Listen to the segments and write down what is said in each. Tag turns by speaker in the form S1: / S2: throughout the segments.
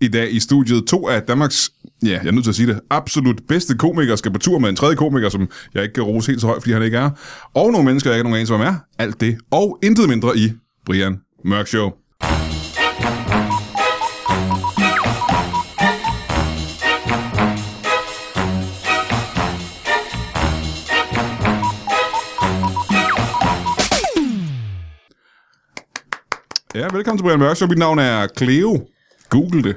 S1: I dag i studiet to af Danmarks, ja, jeg er nødt til at sige det, absolut bedste komikere skal på tur med en tredje komiker, som jeg ikke kan rose helt så højt, fordi han ikke er. Og nogle mennesker, jeg ikke har nogen anelse, hvem er. Alt det og intet mindre i Brian Mørk Show. Ja, velkommen til Brian Mørk Show. Mit navn er Cleo. Google det.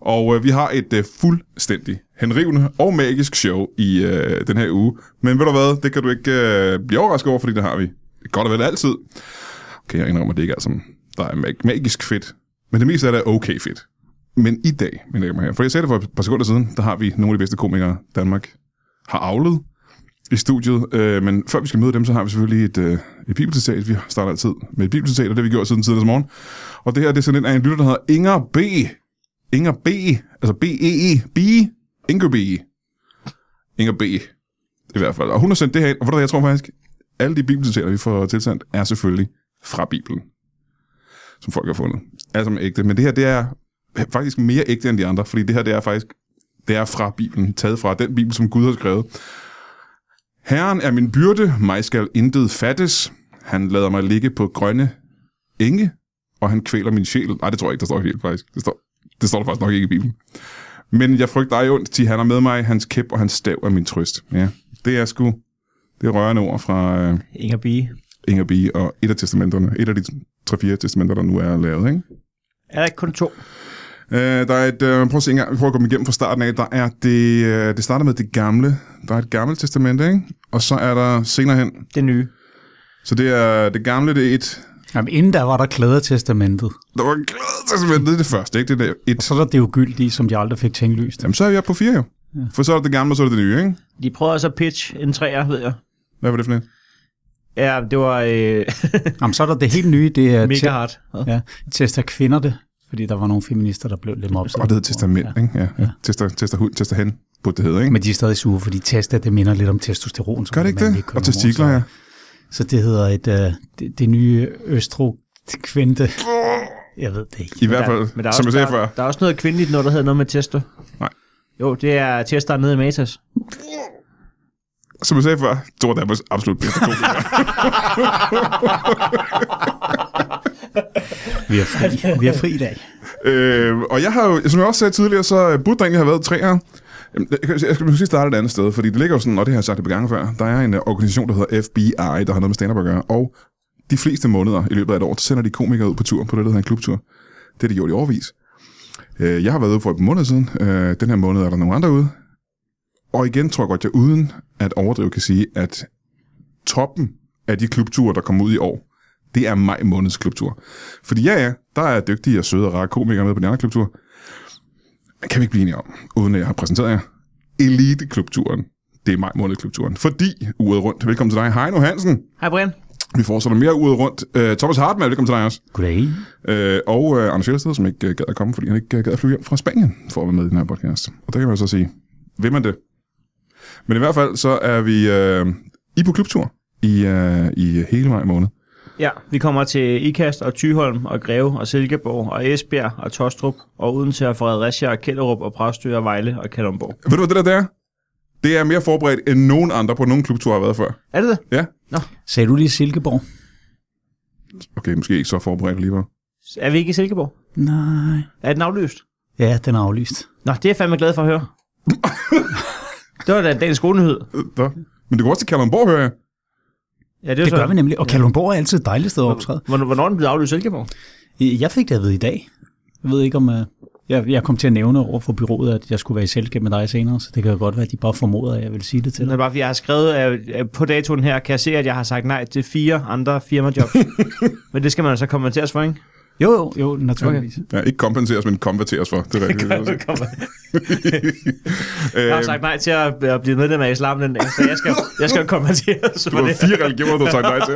S1: Og øh, vi har et øh, fuldstændig henrivende og magisk show i øh, den her uge. Men ved du hvad, det kan du ikke øh, blive overrasket over, fordi det har vi godt og vel altid. Okay, jeg indrømmer, at det ikke er som der er mag- magisk fedt. Men det meste af det er okay fedt. Men i dag, mine damer og herrer, for jeg sagde det for et par sekunder siden, der har vi nogle af de bedste komikere, Danmark har avlet i studiet. Øh, men før vi skal møde dem, så har vi selvfølgelig et, øh, et bibelcitat. Vi starter altid med et bibelcitat, og det har vi gjort siden tidligere morgen. Og det her, det er sådan en af en lytter, der hedder Inger B. Inger B. Altså B-E-E. B. Inger B. Inger B. I hvert fald. Og hun har sendt det her ind. Og ved du hvad jeg tror faktisk, alle de bibelcitater, vi får tilsendt, er selvfølgelig fra Bibelen. Som folk har fundet. Altså med ægte. Men det her, det er faktisk mere ægte end de andre, fordi det her, det er faktisk det er fra Bibelen, taget fra den Bibel, som Gud har skrevet. Herren er min byrde, mig skal intet fattes. Han lader mig ligge på grønne enge, og han kvæler min sjæl. Nej, det tror jeg ikke, der står helt faktisk. Det står, det står der faktisk nok ikke i Bibelen. Men jeg frygter ej ondt, til han er med mig, hans kæp og hans stav er min trøst. Ja, det er sgu, det er rørende ord fra øh,
S2: Inger Bie.
S1: Inger Bie og et af testamenterne, et af de tre-fire testamenter, der nu er lavet, ikke?
S2: Er der ikke kun to?
S1: Øh, der er et, øh, prøv at se engang, vi prøver at komme igennem fra starten af. Der er det, øh, det starter med det gamle. Der er et gammelt testament, ikke? Og så er der senere hen.
S2: Det nye.
S1: Så det er det gamle, det er et.
S3: Jamen, inden der var der klædertestamentet,
S1: Der var et testament, det er det første, ikke? Det er det et.
S3: så er der det ugyldige, som de aldrig fik tinglyst.
S1: Jamen, så er vi oppe på fire, jo. Ja. For så er der det gamle, og så er det det nye, ikke?
S2: De prøvede også at pitch en træer, ved jeg.
S1: Hvad var det for noget?
S2: Ja, det var øh,
S3: Jamen, så er der det helt nye, det er
S2: mega
S3: te-
S2: hardt.
S3: ja, tester kvinder det, fordi der var nogle feminister, der blev lidt mobset.
S1: Og det hedder testament, ja. ikke? Ja, ja. Tester, tester hund, tester hen, burde det hedde, ikke? Men
S3: Men de er stadig sure, fordi tester, det minder lidt om testosteron. som
S1: Gør det ikke
S3: man
S1: det?
S3: køber
S1: Og testikler,
S3: hormoner.
S1: ja.
S3: Så det hedder et, øh, det, det nye østrokvinte. Jeg ved det ikke.
S1: I hvert fald,
S2: men der er
S1: som jeg
S2: også,
S1: sagde før.
S2: der, der er også noget kvindeligt, når der hedder noget med tester.
S1: Nej.
S2: Jo, det er tester nede i Matas.
S1: som jeg sagde før, det var Danmarks absolut bedste komiker.
S3: Vi er fri, vi er fri i dag.
S1: øh, og jeg har jo, som jeg også sagde tidligere, så øh, burde der egentlig have været træer. Jamen, Jeg kan- jeg skal måske starte et andet sted, fordi det ligger jo sådan, og det har jeg sagt et par gange før, der er en øh, organisation, der hedder FBI, der har noget med stand-up at gøre, og de fleste måneder i løbet af et år, så sender de komikere ud på tur, på det, der hedder en klubtur. Det har de gjort i overvis. Jeg har været ude for et par måneder siden. Øh, Den her måned er der nogle andre ude. Og igen tror jeg godt, jeg uden at overdrive kan sige, at toppen af de klubture, der kommer ud i år, det er maj måneds klubtur. Fordi ja, ja, der er dygtige og søde og rare komikere med på den anden klubtur. Men kan vi ikke blive enige om, uden at jeg har præsenteret jer, Elite-klubturen, det er maj måned klubturen. Fordi uret rundt, velkommen til dig, Heino Hansen.
S2: Hej, Brian.
S1: Vi fortsætter mere uret rundt. Øh, Thomas Hartmann, velkommen til dig også.
S3: Goddag.
S1: Øh, og øh, Anders Fjeldsted, som ikke øh, gad at komme, fordi han ikke øh, gad at flyve hjem fra Spanien for at være med i den her podcast. Og der kan man så sige, vil man det? Men i hvert fald, så er vi øh, i på klubtur i, øh, i hele maj måned.
S2: Ja, vi kommer til Ikast og Tyholm og Greve og Silkeborg og Esbjerg og Tostrup og Odense og Fredericia og Kjellerup og Præstø og Vejle og Kalundborg.
S1: Ved du, hvad det der det er? Det er mere forberedt, end nogen andre på nogen klubtur har været før.
S2: Er det det?
S1: Ja,
S3: Sagde du lige Silkeborg?
S1: okay, måske ikke så forberedt alligevel.
S2: Er vi ikke i Silkeborg?
S3: Nej.
S2: Er den aflyst?
S3: Ja, den er aflyst.
S2: Nå, det er jeg fandme glad for at høre. det var da dagens gode nyhed.
S1: Øh, der. Men det går også til Kalundborg, hører jeg.
S2: Ja, det, er
S3: Det
S2: så-
S3: gør vi nemlig, og Kalundborg er altid et dejligt sted at optræde.
S2: Hvornår, hvornår er den blevet aflyst i Silkeborg?
S3: Jeg fik det at vide i dag. Jeg ved ikke om... øh, Jeg, jeg kom til at nævne over for byrådet, at jeg skulle være i selskab med dig senere, så det kan jo godt være, at de bare formoder, at jeg vil sige det til
S2: Det
S3: dig.
S2: er bare, fordi jeg har skrevet at at på datoen her, kan jeg se, at jeg har sagt nej til fire andre firmajobs. Men det skal man så kommenteres for, ikke?
S3: Jo, jo, jo, naturligvis. Okay.
S1: Ja, ikke kompenseres, men konverteres for. Det er rigtigt. Øh, det er det,
S2: Jeg har
S1: jeg siger.
S2: sagt nej til at at blive medlem af islam den dag, så jeg skal, jeg skal kommenteres for
S1: Det var
S2: det.
S1: fire religioner, du har sagt nej til.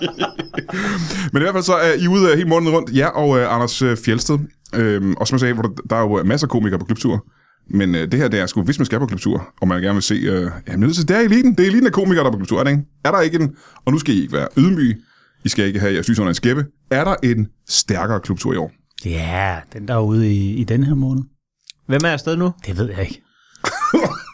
S1: Men i hvert fald så er I ude øh, hele måneden rundt. Ja, og øh, Anders øh, Fjeldsted. Øhm, og som jeg sagde, hvor der, der er jo øh, masser af komikere på klubtur. Men øh, det her, det er sgu, hvis man skal på klubtur, og man gerne vil se... Øh, jamen, det er, det er eliten. Det er eliten af komikere, der er på klubtur, er det ikke? Er der ikke en... Og nu skal I ikke være ydmyge. I skal ikke have jeres lys under en skæppe. Er der en stærkere klubtur i år?
S4: Ja, den der er ude i, i den her måned.
S2: Hvem er afsted nu?
S4: Det ved jeg ikke.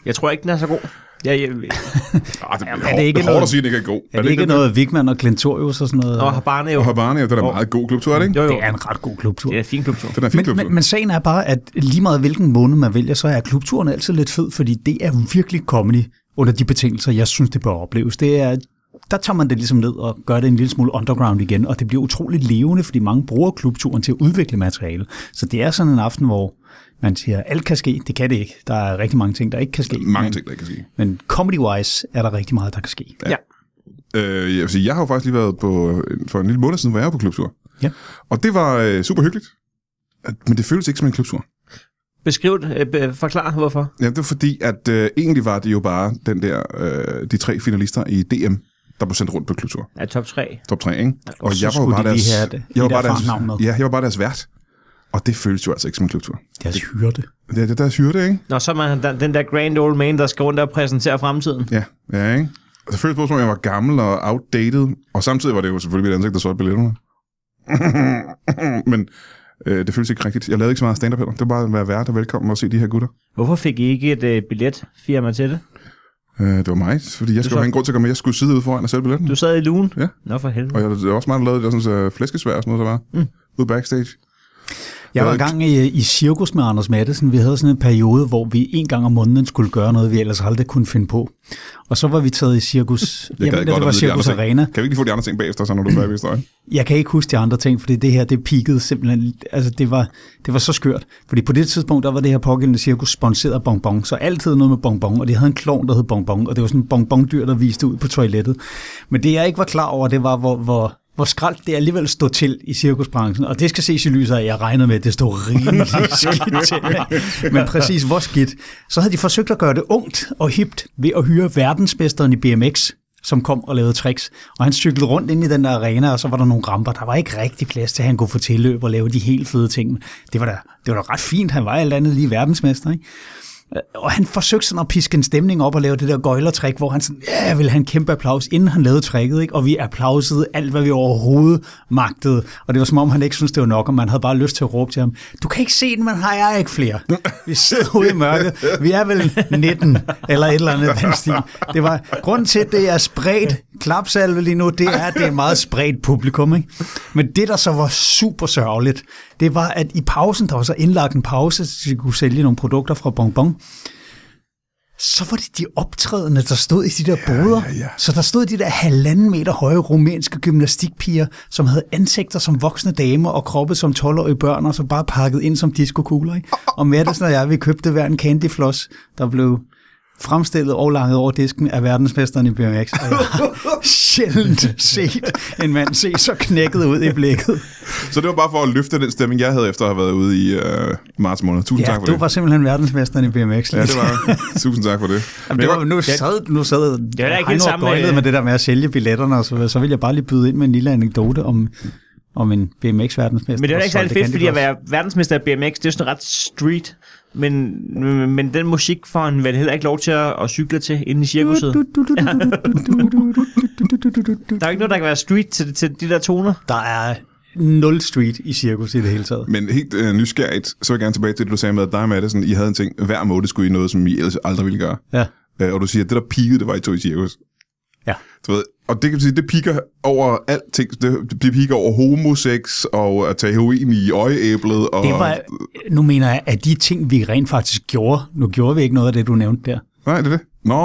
S2: Jeg tror ikke, den er så god. Jeg, jeg,
S1: Arh, Ah, det, Jamen,
S4: er
S1: er
S4: det
S1: det
S4: ikke
S1: er hårdt
S4: noget-
S1: at sige, at det ikke er god.
S4: Er det, det ikke
S1: den
S4: noget Vigman og Glentorius og sådan noget?
S2: og har barnet jo.
S1: der- Habarnia, det er da en meget god klubtur, er det ikke?
S2: Jo, jo.
S4: Det er en ret god klubtur.
S2: Det er en fin klubtur.
S1: Den er en fin
S4: Men,
S1: klubtur.
S4: men, men sagen er bare, at lige meget hvilken måned man vælger, så er klubturen altid lidt fed, fordi det er virkelig comedy under de betingelser, jeg synes, det bør opleves. Det er, der tager man det ligesom ned og gør det en lille smule underground igen, og det bliver utroligt levende, fordi mange bruger klubturen til at udvikle materiale. Så det er sådan en aften, hvor man siger, alt kan ske, det kan det ikke. Der er rigtig mange ting, der ikke kan ske.
S1: Mange
S4: men,
S1: ting, der ikke kan ske.
S4: Men comedy-wise er der rigtig meget, der kan ske.
S2: Ja.
S1: Øh, jeg, vil sige, jeg har jo faktisk lige været på, for en lille måned siden, hvor jeg var på klubtur.
S4: Ja.
S1: Og det var øh, super hyggeligt. At- Men det føltes ikke som en klubtur.
S2: Beskriv det. Øh, be- forklar, hvorfor.
S1: Ja, det var fordi, at øh, egentlig var det jo bare den der, øh, de tre finalister i DM, der blev sendt rundt på klubtur.
S2: Er top 3.
S1: Top 3, ikke? Og
S4: så
S1: jeg var jo
S4: skulle
S1: bare
S4: de lige
S1: deres,
S4: have det-
S1: jeg var
S4: det
S1: bare
S4: der
S1: deres,
S4: fartnavn med.
S1: ja, jeg var bare deres vært. Og det føltes jo altså ikke som en klubtur.
S4: Deres hyrde.
S1: Det er det er deres hyrde, ikke?
S2: Nå, så er man den, den der grand old man, der skal rundt og præsentere fremtiden.
S1: Ja, ja ikke? Og det føltes både som, om jeg var gammel og outdated, og samtidig var det jo selvfølgelig mit ansigt, der solgte billetterne. Men øh, det føltes ikke rigtigt. Jeg lavede ikke så meget stand-up heller. Det var bare at være vært og velkommen og se de her gutter.
S2: Hvorfor fik I ikke et øh, billetfirma til det?
S1: Øh, det var mig, fordi jeg skulle
S2: så-
S1: have en grund til at komme med. Jeg skulle sidde ude foran og sælge billetten.
S2: Du sad i lugen?
S1: Ja.
S2: Nå, for helvede.
S1: Og jeg, det var også mig, der lavede det der sådan, uh, flæskesvær og sådan noget, der var. Mm. Ude backstage.
S4: Jeg var
S1: Hvad-
S4: engang øh, i, i cirkus med Anders Mattesen. Vi havde sådan en periode, hvor vi en gang om måneden skulle gøre noget, vi ellers aldrig kunne finde på. Og så var vi taget i cirkus. Jeg,
S1: gad
S4: mener,
S1: godt
S4: det
S1: at
S4: var
S1: vide de
S4: cirkus
S1: andre ting.
S4: Arena.
S1: Kan vi ikke lige få de andre ting bagefter, så når du er færdig med historien?
S4: Jeg kan ikke huske de andre ting, fordi det her, det peakede simpelthen. Altså, det var, det var så skørt. Fordi på det tidspunkt, der var det her pågældende cirkus sponsoreret af Bonbon. Så altid noget med Bonbon, og det havde en klovn, der hed Bonbon. Og det var sådan en bonbondyr, der viste ud på toilettet. Men det, jeg ikke var klar over, det var, hvor, hvor hvor skraldt det alligevel stod til i cirkusbranchen. Og det skal ses i lyset af, at jeg regnede med, at det stod rimelig skidt til. ikke? Men præcis hvor skidt. Så havde de forsøgt at gøre det ungt og hipt ved at hyre verdensmesteren i BMX, som kom og lavede tricks. Og han cyklede rundt ind i den der arena, og så var der nogle ramper. Der var ikke rigtig plads til, at han kunne få tilløb og lave de helt fede ting. Det var da, det var da ret fint. Han var alt andet lige verdensmester, ikke? Og han forsøgte sådan at piske en stemning op og lave det der gøjlertræk, hvor han sådan, ja, ville han kæmpe applaus, inden han lavede trækket, ikke? Og vi applausede alt, hvad vi overhovedet magtede. Og det var som om, han ikke syntes, det var nok, og man havde bare lyst til at råbe til ham, du kan ikke se den, men har jeg ikke flere. Vi sidder ude i mørket, vi er vel 19, eller et eller andet i den stil. Det var, grunden til, at det er spredt klapsalve lige nu, det er, at det er et meget spredt publikum, ikke? Men det, der så var super sørgeligt, det var, at i pausen, der var så indlagt en pause, så de kunne sælge nogle produkter fra Bonbon, så var det de optrædende, der stod i de der boder.
S1: ja, ja.
S4: Så der stod de der halvanden meter høje rumænske gymnastikpiger, som havde ansigter som voksne damer og kroppe som 12-årige børn, og så bare pakket ind som diskokugler. Ikke? Og Mattes og jeg, vi købte hver en candyfloss, der blev fremstillet og langet over disken af verdensmesteren i BMX. Og jeg har sjældent set en mand se så knækket ud i blikket.
S1: Så det var bare for at løfte den stemning, jeg havde efter at have været ude i øh, marts måned. Tusind
S4: Ja,
S1: tak for
S4: du
S1: det.
S4: var simpelthen verdensmesteren i BMX.
S1: Ja, det var Tusind tak for det. Men
S4: Jamen,
S1: jeg
S4: det var,
S1: kan-
S4: nu sad, nu sad
S2: er da ikke helt
S4: Heino og
S2: samme,
S4: gøjlede
S2: øh,
S4: med det der med at sælge billetterne, og så, så vil jeg bare lige byde ind med en lille anekdote om, om en BMX-verdensmester.
S2: Men det er jo ikke særlig fedt, fordi at være verdensmester i BMX, det er sådan ret street. Men, men, men den musik får han vel heller ikke lov til at, at cykle til inde i cirkuset. Der er jo ikke noget, der kan være street til, til de der toner.
S4: Der er nul street i cirkus i det hele taget.
S1: Men helt øh, nysgerrigt, så vil jeg gerne tilbage til det, du sagde med, at dig og Madison, I havde en ting, hver måned skulle I noget, som I ellers aldrig ville gøre.
S4: Ja.
S1: Øh, og du siger, at det der peakede, det var I to i cirkus.
S4: Ja.
S1: Du ved, og det kan sige, det piker over alting. Det, det piker over homosex og at tage heroin i øjeæblet. Og,
S4: Det var, nu mener jeg, at de ting, vi rent faktisk gjorde, nu gjorde vi ikke noget af det, du nævnte der.
S1: Nej, det er det. Nå,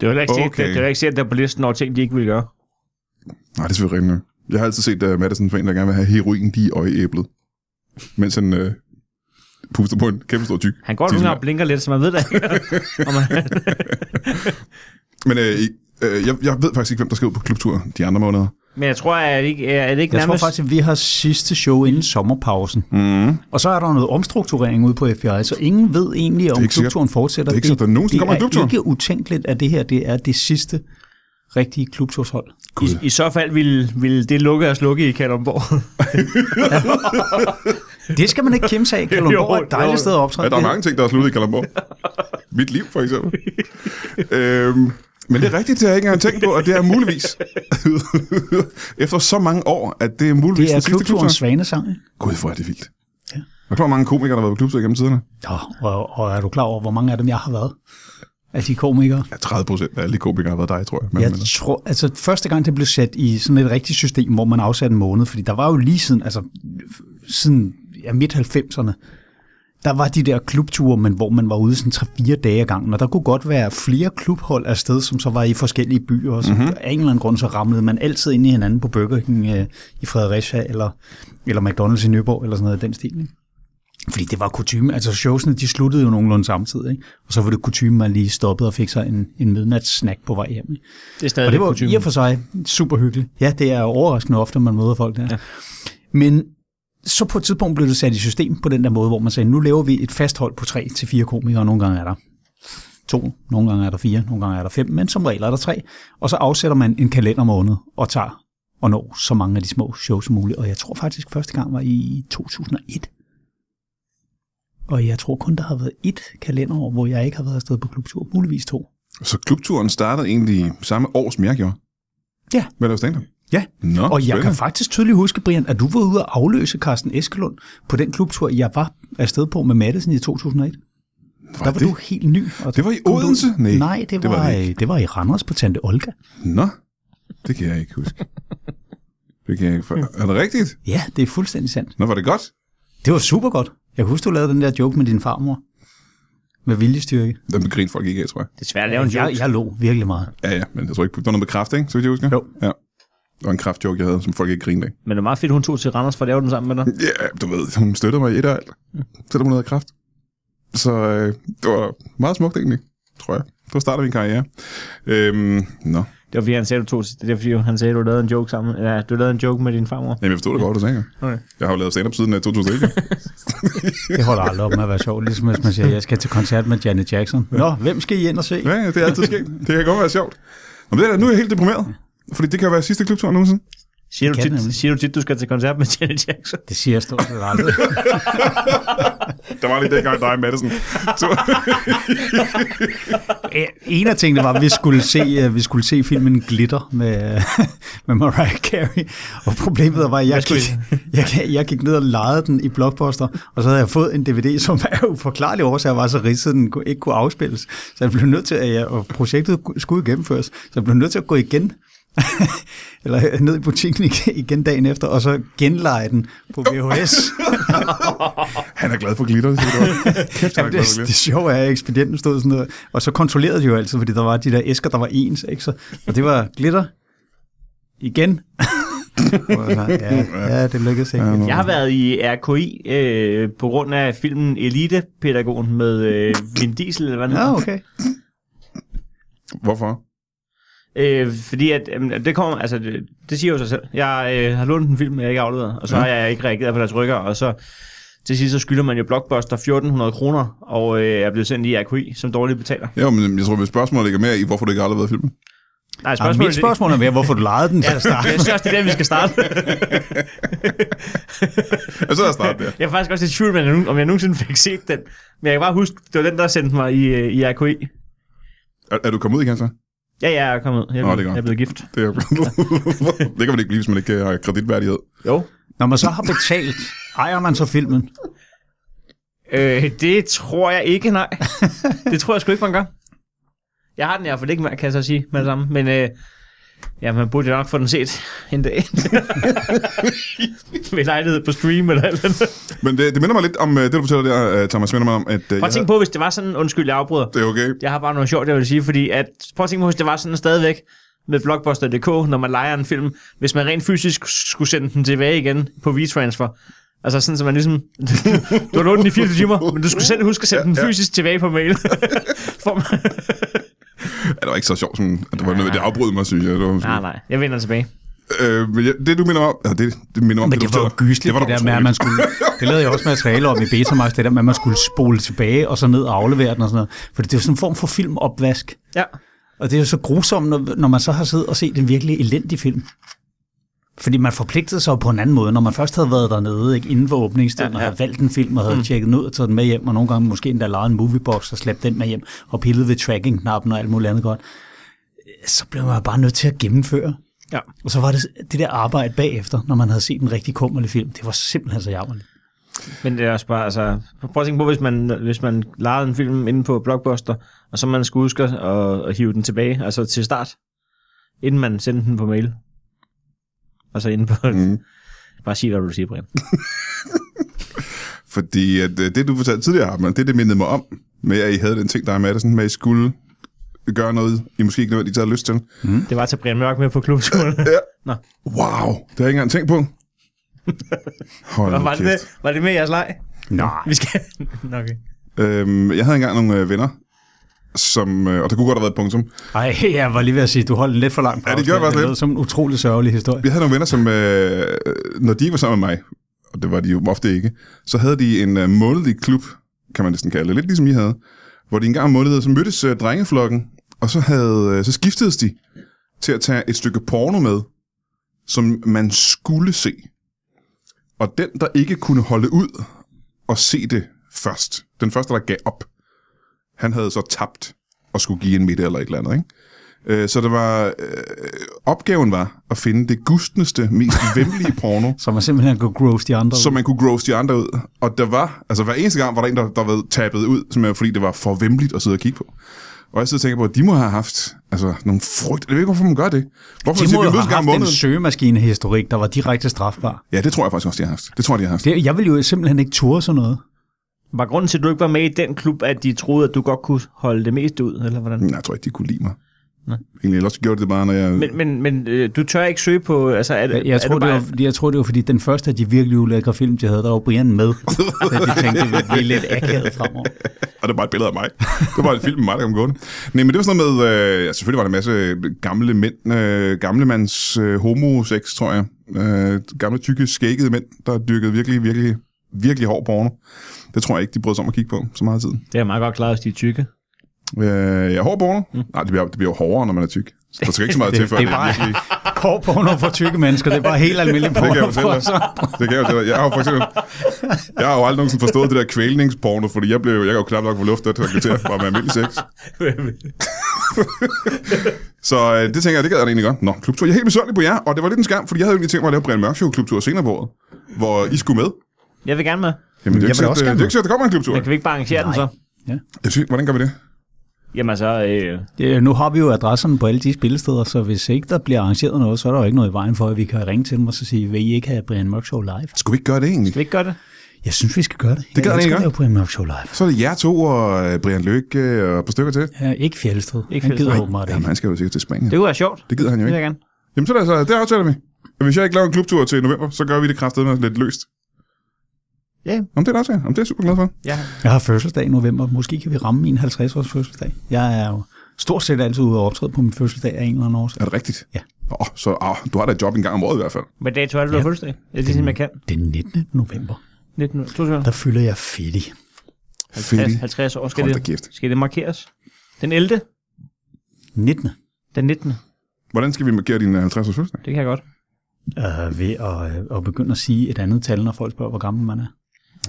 S2: Det var heller ikke set,
S1: Okay.
S2: det, det var ikke set der på listen over ting, de ikke ville gøre.
S1: nej, det er selvfølgelig rigtigt. nok. Jeg har altid set uh, Madison for en, der gerne vil have heroin lige i øjeæblet. Mens han øh, puster på en kæmpe stor tyk.
S2: Han går nogle gange og blinker lidt, så man ved det ikke. Og man-
S1: Men øh, I- øh, jeg, jeg ved faktisk ikke, hvem der skal ud på klubtur de andre måneder.
S2: men jeg tror, at det ikke, er det ikke
S4: Jeg tror
S2: nærmest...
S4: faktisk, at vi har sidste show inden sommerpausen.
S1: Mm.
S4: Og så er der noget omstrukturering ude på FBI, så ingen ved egentlig, om
S1: ikke sikkert.
S4: klubturen fortsætter.
S1: Det er ikke sikkert, at der nogensinde kommer en
S4: Det
S1: klubtur.
S4: er ikke utænkeligt, at det her det er det sidste rigtige klubturshold.
S2: I, I så fald ville, ville det lukke og slukke i Kalundborg.
S4: Det skal man ikke kæmpe sig af. Kalundborg er et
S2: jo.
S4: dejligt sted at optræde.
S1: Ja, der er
S4: Det-
S1: mange ting, der er sluttet i Kalamborg. Mit liv, for eksempel. øhm, Men det er rigtigt, det har jeg ikke engang tænkt på, og det er muligvis, efter så mange år, at det er muligvis
S4: Det er
S1: den sidste klubtur.
S4: klubturens svanesang. ikke?
S1: Gud, hvor er det vildt. Ja. Er du klar, hvor mange komikere, der har været på klubtur gennem tiderne?
S4: Nå, og, og er du klar over, hvor mange af dem, jeg har været? Af de komikere?
S1: Ja, 30 procent af alle de komikere har været dig, tror jeg. Men,
S4: Jeg
S1: men,
S4: tror, altså første gang det blev sat i sådan et rigtigt system, hvor man afsatte en måned, fordi der var jo lige siden, altså siden ja, midt-90'erne, der var de der klubture, men hvor man var ude sådan 3-4 dage ad gangen, og der kunne godt være flere klubhold afsted, som så var i forskellige byer, og så mm-hmm. af en eller anden grund, så ramlede man altid ind i hinanden på Burger King øh, i Fredericia, eller, eller McDonald's i Nyborg, eller sådan noget af den stil. Ikke? Fordi det var kutume, altså showsene, de sluttede jo nogenlunde samtidig, ikke? og så var det kutume, man lige stoppede og fik sig en, en midnatssnack på vej hjem. Ikke?
S2: Det er stadig
S4: Og det var
S2: kutume.
S4: i og for sig super hyggeligt. Ja, det er overraskende ofte, man møder folk der. Ja. Men så på et tidspunkt blev det sat i system på den der måde, hvor man sagde, nu laver vi et fast hold på tre til fire komikere, og nogle gange er der to, nogle gange er der fire, nogle gange er der fem, men som regel er der tre. Og så afsætter man en kalendermåned og tager og når så mange af de små shows som muligt. Og jeg tror faktisk, første gang var i 2001. Og jeg tror kun, der har været et kalenderår, hvor jeg ikke har været afsted på klubtur. Muligvis to.
S1: så klubturen startede egentlig samme år, som jeg gjorde.
S4: Ja.
S1: Med at lave stand-up.
S4: Ja,
S1: Nå,
S4: Og jeg kan
S1: spændende.
S4: faktisk tydeligt huske, Brian, at du var ude og afløse Carsten Eskelund på den klubtur, jeg var afsted på med Madison i 2001.
S1: Var
S4: der var
S1: det?
S4: du helt ny. Og
S1: Det var i
S4: kom du-
S1: Odense? Nej,
S4: Nej, Nej det, det, var,
S1: det
S4: det, det var i Randers på Tante Olga.
S1: Nå, det kan jeg ikke huske. Det kan jeg ikke. for- Er det rigtigt?
S4: Ja, det er fuldstændig sandt.
S1: Nå, var det godt?
S4: Det var super godt. Jeg kan huske, du lavede den der joke med din farmor. Med viljestyrke.
S1: Den begrinte folk ikke af, tror jeg.
S2: Det er svært at lave en joke.
S4: Jeg, jeg lå virkelig meget.
S1: Ja, ja, men jeg tror ikke, det var noget med kraft, ikke? Så vidt jeg husker.
S4: Jo.
S1: Ja. Det var en kraftjoke, jeg havde, som folk ikke grinede af.
S2: Men det er meget fedt, hun tog til Randers for at lave den sammen med dig.
S1: Ja, du ved, hun støtter mig i et og alt. Selvom hun havde kraft. Så øh, det var meget smukt egentlig, tror jeg. Det var starten af min karriere. Øhm, nå,
S2: Det var fordi, han sagde, du tog, det er fordi, han sagde, du lavede en joke sammen. Ja, du lavede en joke med din farmor.
S1: Jamen, jeg forstod det godt, du sagde. jo.
S2: Okay.
S1: Jeg har jo lavet stand-up siden øh, 2001. jo.
S4: Det holder aldrig op med at være sjovt, ligesom hvis man siger, jeg skal til koncert med Janet Jackson. Nå, hvem skal I ind og se?
S1: ja, ja, det er altid sket. Det kan godt være sjovt. Nå, men det er, da- nu er jeg helt deprimeret. Fordi det kan være sidste klubtur nogensinde.
S2: Siger du,
S4: Det kan
S2: tit,
S4: nemlig.
S2: siger du tit, du skal til koncert med Janet Jackson?
S4: Det siger jeg stort set aldrig.
S1: Der var lige dengang dig, Madison. Så,
S4: Ja, En af tingene var, at vi skulle se, øh, vi skulle se filmen Glitter med, øh, med Mariah Carey, og problemet var, at jeg
S2: skulle
S4: gik, jeg, gik- jeg gik ned og lejede den i Blockbuster, og så havde jeg fået en DVD, som af uforklarlig årsager var så ridset, at den kunne- ikke kunne afspilles. Så jeg blev nødt til, at jeg, og projektet skulle gennemføres, så jeg blev nødt til at gå igen eller ned i butikken igen- igen dagen efter, og så genleje den på VHS.
S1: han er glad for glitter. Det, siger du også. Kæft, han er
S4: Jamen,
S1: glad for
S4: det,
S1: glitter.
S4: det sjove er, at ekspedienten stod sådan noget, og så kontrollerede de jo altid, fordi der var de der æsker, der var ens, ikke? Så, og det var glitter igen. Og så, ja, ja, det lykkedes ikke.
S2: Jeg har været i RKI øh, på grund af filmen Elite-pædagogen med øh, Vin Diesel, eller hvad den
S4: Ja,
S2: hedder.
S4: okay.
S1: Hvorfor?
S2: Øh, fordi at, øh, det kommer, altså, det, det siger jo sig selv. Jeg øh, har lånt en film, jeg ikke afleveret, og
S4: Mm.
S2: så har jeg ikke reageret på deres rykker, og så til sidst så skylder man jo Blockbuster 1400 kroner, og øh, er blevet sendt i RKI som dårlig betaler.
S1: Ja, men jeg tror, at spørgsmålet ligger mere i, hvorfor du ikke aldrig har været i filmen.
S2: Nej,
S4: Og
S2: spørgsmålet,
S4: mit spørgsmål er mere, hvorfor du lejede den til at starte.
S2: Jeg synes også, det er der, vi skal starte.
S1: Ja, så er jeg snart der.
S2: Jeg er faktisk også lidt i tvivl, om jeg nu- om jeg nogensinde fik set den. Men jeg kan bare huske, det var den, der sendte mig i, øh, i RKI.
S1: Er, er du kommet ud igen, så?
S2: Ja, ja, jeg er kommet ud. Jeg,
S1: Nå,
S2: er
S1: det er
S2: blevet-
S1: godt.
S2: jeg er blevet gift.
S1: Det, er, det kan man ikke blive, hvis man ikke øh, har kreditværdighed.
S2: Jo.
S4: Når man så har betalt, ejer man så filmen.
S2: Øh, det tror jeg ikke, nej. det tror jeg sgu ikke, man gør. Jeg har den i hvert fald ikke, kan jeg så sige med det samme. Men øh, ja, man burde jo nok få den set en dag. Ved lejlighed på stream eller et eller andet.
S1: Men det, det minder mig lidt om øh, det, du fortæller der, øh, Thomas, minder mig om, at... øh,
S2: Prøv
S1: jeg
S2: at tænke på, hvis det var sådan, undskyld, jeg afbryder.
S1: havde- Det er okay.
S2: Jeg har bare noget sjovt, jeg vil sige, fordi at, prøv at tænke på, hvis det var sådan stadigvæk med Blockbuster.dk, når man leger en film, hvis man rent fysisk skulle sende den tilbage igen på WeTransfer, altså sådan, så man ligesom, du har lånt den i 24 timer, men du skulle selv huske at sende den
S1: Ja, ja.
S2: fysisk tilbage på mail. For man...
S1: Ja, det var ikke så sjovt, som, at det var noget, det afbrød mig, synes jeg. Det var,
S2: nej, nej, jeg vender tilbage.
S1: Øh, men jeg, det, du minder mig om... Ja, det, det minder mig om
S4: Men det var jo gysligt, det, det der med, at man skulle... Det lavede jeg også materiale om i Betamax, det der med, at man skulle spole tilbage og så ned og aflevere den og sådan noget. Fordi det er jo sådan en form for filmopvask.
S2: Ja.
S4: Og det er jo så grusomt, når, når man så har siddet og set en virkelig elendig film. Fordi man forpligtede sig jo på en anden måde. Når man først havde været dernede, ikke, inden for åbningsdagen, ja, ja. og havde valgt en film, og havde mm. tjekket den ud og taget den med hjem, og nogle gange måske endda lejet en moviebox og slæbt den med hjem, og pillet ved tracking-knappen og alt muligt andet godt. så blev man bare nødt til at gennemføre.
S2: Ja.
S4: Og så var det det der arbejde bagefter, når man havde set en rigtig kummerlig film. Det var simpelthen så jammerligt.
S2: Men det er også bare, altså, prøv at tænke på, hvis man, hvis man lejede en film inde på Blockbuster, og så man skulle huske at, at hive den tilbage, altså til start, inden man sendte den på mail. Altså inde på...
S1: Mhm.
S2: Mm. bare sig, hvad du vil sige, Brian.
S1: Fordi at, øh, det, du fortalte tidligere, Arben, det, det mindede mig om, med at I havde den ting, der er med, sådan, med at I skulle gøre noget, I måske ikke nødvendigvis havde lyst til.
S2: Det var at tage Brian Mørk med på klubskolen.
S1: Ja.
S2: Nå.
S1: Wow, det har jeg ikke engang tænkt på. Hold
S2: Nå,
S1: nu
S2: var, det,
S1: kæft.
S2: det, var det med i jeres leg?
S4: Nej.
S2: Vi skal... Nå, okay.
S1: Øhm, jeg havde engang nogle øh, venner, som, øh, og der kunne godt have været et punktum.
S4: Ej, jeg var lige ved at sige, du holdt den lidt for langt.
S1: Ja, det gjorde jeg faktisk
S4: lidt. som en utrolig sørgelig historie.
S1: Jeg havde nogle venner, som, øh, når de var sammen med mig, og det var de jo ofte ikke, så havde de en øh, månedlig klub, kan man næsten kalde det, lidt ligesom I havde, hvor de en gang om måneden så mødtes øh, drengeflokken, og så, havde, øh, så skiftedes de til at tage et stykke porno med, som man skulle se. Og den, der ikke kunne holde ud og se det først, den første, der gav op, han havde så tabt og skulle give en middag eller et eller andet, ikke? Øh, Så det var, øh, opgaven var at finde det gustneste, mest vemmelige porno,
S4: Så man simpelthen kunne gross de andre.
S1: så man kunne gross de andre ud. Og der var, altså hver eneste gang var der en, der, der var tabet ud, simpelthen fordi det var for vemmeligt at sidde og kigge på. Og jeg sidder og tænker på, at de må have haft altså, nogle frygt. Jeg ved ikke, hvorfor man gør det. Hvorfor
S4: de
S1: siger,
S4: må
S1: vi
S4: jo
S1: mødes
S4: have
S1: en gang om
S4: haft en
S1: måneden?
S4: søgemaskinehistorik, der var direkte strafbar.
S1: Ja, det tror jeg faktisk også, de har haft. Det tror jeg, de har haft.
S4: Det, jeg ville jo simpelthen ikke ture sådan noget.
S2: Var grunden til, at du ikke var med i den klub, at de troede, at du godt kunne holde det meste ud, eller hvordan?
S1: Nej, Hm, jeg tror ikke, de kunne lide mig. Egentlig, ellers gjorde de det bare, når jeg...
S2: Men, men, men øh, du tør ikke søge på... Altså, er,
S4: Jeg, jeg,
S2: er
S4: tror,
S2: du
S4: det
S2: bare,
S4: var, jeg tror, det var fordi den første af de virkelig ulækre film, de havde, der var Brian med. Så de tænkte, det ville blive lidt akavet fremover.
S1: Og det var bare et billede af mig. Det var en film med mig, der kom gående. Nej, men det var sådan noget med, øh, ja, selvfølgelig var der en masse gamle mænd, øh, gamle mands øh, homosex, tror jeg. Øh, gamle, tykke, skækkede mænd, der dyrkede virkelig, virkelig, virkelig hård porno. Det tror jeg ikke, de brød sig om at kigge på så meget tid.
S2: Det er meget godt klaret, hvis de er tykke.
S1: Øh, ja, hård porno? Mm. Nej, det bliver, det bliver jo hårdere, når man er tyk. Så der skal ikke så meget til, før det,
S4: det
S1: det,
S4: er bare-
S1: virkelig...
S4: Hård porno for tykke mennesker, det er bare helt almindelig porno. altså.
S1: Det kan jeg
S4: for
S1: fortælle dig.
S4: os
S1: Det
S4: andre.
S1: kan jeg fortælle dig. Jeg har jo for eksempel... Jeg har jo aldrig nogensinde forstået det der kvælningsporno, fordi jeg blev jeg kan jo knap nok få luft, at jeg kan til at bare med almindelig sex. Så øh, det tænker jeg, det gad jeg da egentlig godt. Nå, klubtur. Jeg er helt misundelig på jer, og det var lidt en skam, fordi jeg havde egentlig tænkt mig at lave Brian Mørk Show klubtur senere på året, hvor I skulle med.
S2: Jeg vil gerne med.
S1: Jamen, det er
S4: Jeg
S1: jo ikke sikkert, øh,
S4: vil også
S1: det
S4: gerne
S1: er jo ikke sikkert, der kommer en klubtur.
S2: Men kan vi ikke bare arrangere den så?
S1: Jeg synes, hvordan gør vi det?
S2: Jamen altså, øh,
S4: Det- Nu har vi jo adresserne på alle de spillesteder, så hvis ikke der bliver arrangeret noget, så er der jo ikke noget i vejen for, at vi kan ringe til dem og så sige, vil I ikke have Brian Mørk Show live?
S1: Skulle vi ikke gøre det egentlig?
S2: skal vi ikke gøre det?
S4: Jeg synes, vi skal gøre det.
S1: gad jeg
S4: jeg
S1: ikke
S4: elsker
S1: gøre.
S4: at lave Brian Mørk Show live.
S1: Så er det jer to og øh, Brian Lykke og et par stykker til.
S4: Ja, ikke Fjeldsted.
S2: Ikke
S4: Han gider
S2: Fjeldsted.
S4: åbenbart
S1: Jamen,
S4: ikke.
S1: han skal jo sikkert til Spanien.
S2: Det kunne være sjovt.
S1: Det gider han jo
S2: Det vil
S1: ikke.
S2: jeg gerne.
S1: Jamen, så er det altså, det aftaler vi. Hvis jeg ikke laver en klubtur til november, så gør vi det kraftedeme lidt løst.
S2: Ja.
S1: Om det er en aftale. Om det er jeg super glad for.
S2: Ja.
S4: Jeg har fødselsdag i november. Måske kan vi ramme min 50-års fødselsdag. Jeg er jo stort set altid ude og optræde på min fødselsdag af en eller anden årsag.
S1: Er det rigtigt?
S4: Ja.
S1: Åh, så åh, du har da et job en gang om året i hvert fald.
S2: Hvad dato er det, du har fødselsdag? Ja, det er sådan, jeg kan.
S4: Den 19. november,
S2: 19, 22,
S4: der fylder jeg fedtig.
S1: Fedt.
S2: 50 år. Skal
S1: Hold da
S2: det,
S1: kæft.
S2: skal det markeres? Den 11.
S4: 19.
S2: Den 19.
S1: Hvordan skal vi markere din 50-års fødselsdag?
S2: Det kan jeg godt.
S4: Øh, ved at, øh, at begynde at sige et andet tal, når folk spørger, hvor gammel man er.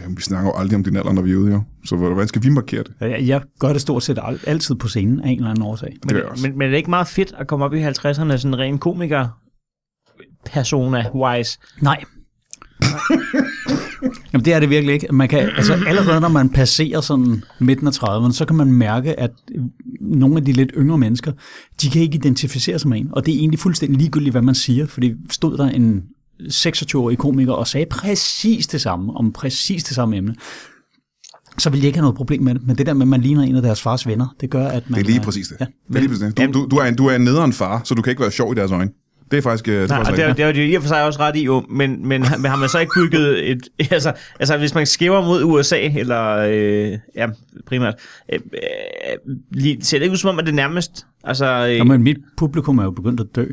S1: Jamen, vi snakker jo aldrig om din alder, når vi er ude, jo. Så hvordan skal vi markere det?
S4: Jeg, jeg gør det stort set al- altid på scenen af en eller anden årsag.
S1: Det
S2: Men,
S1: gør jeg også.
S2: men, men er det ikke meget fedt at komme op i 50'erne sådan ren komiker persona-wise?
S4: Nej. Jamen, det er det virkelig ikke. Man kan, altså, allerede når man passerer sådan midten af 30'erne, så kan man mærke, at øh, nogle af de lidt yngre mennesker, de kan ikke identificere sig med en. Og det er egentlig fuldstændig ligegyldigt, hvad man siger. Fordi stod der en 26-årig komiker og sagde præcis det samme, om præcis det samme emne, så ville jeg ikke have noget problem med det. Men det der med, at man ligner en af deres fars venner, det gør, at man...
S1: Det er lige
S4: øh,
S1: præcis det. Ja.
S4: Ja.
S1: Det er lige præcis det. Du, du, du, er en, du er en nederen far, så du kan ikke være sjov i deres øjne. Det er faktisk... øh, Det er
S2: Nej,
S1: faktisk
S2: og det, er-
S1: rigtigt.
S2: det er jo i og for sig også ret i, jo, men, men har- men har man så ikke bygget et... Altså, altså hvis man skæver mod USA, eller øh, ja, primært, øh, øh, lige, ser det ikke ud som om, at det er nærmest... Altså, øh,
S4: Nå, men mit publikum er jo begyndt at dø.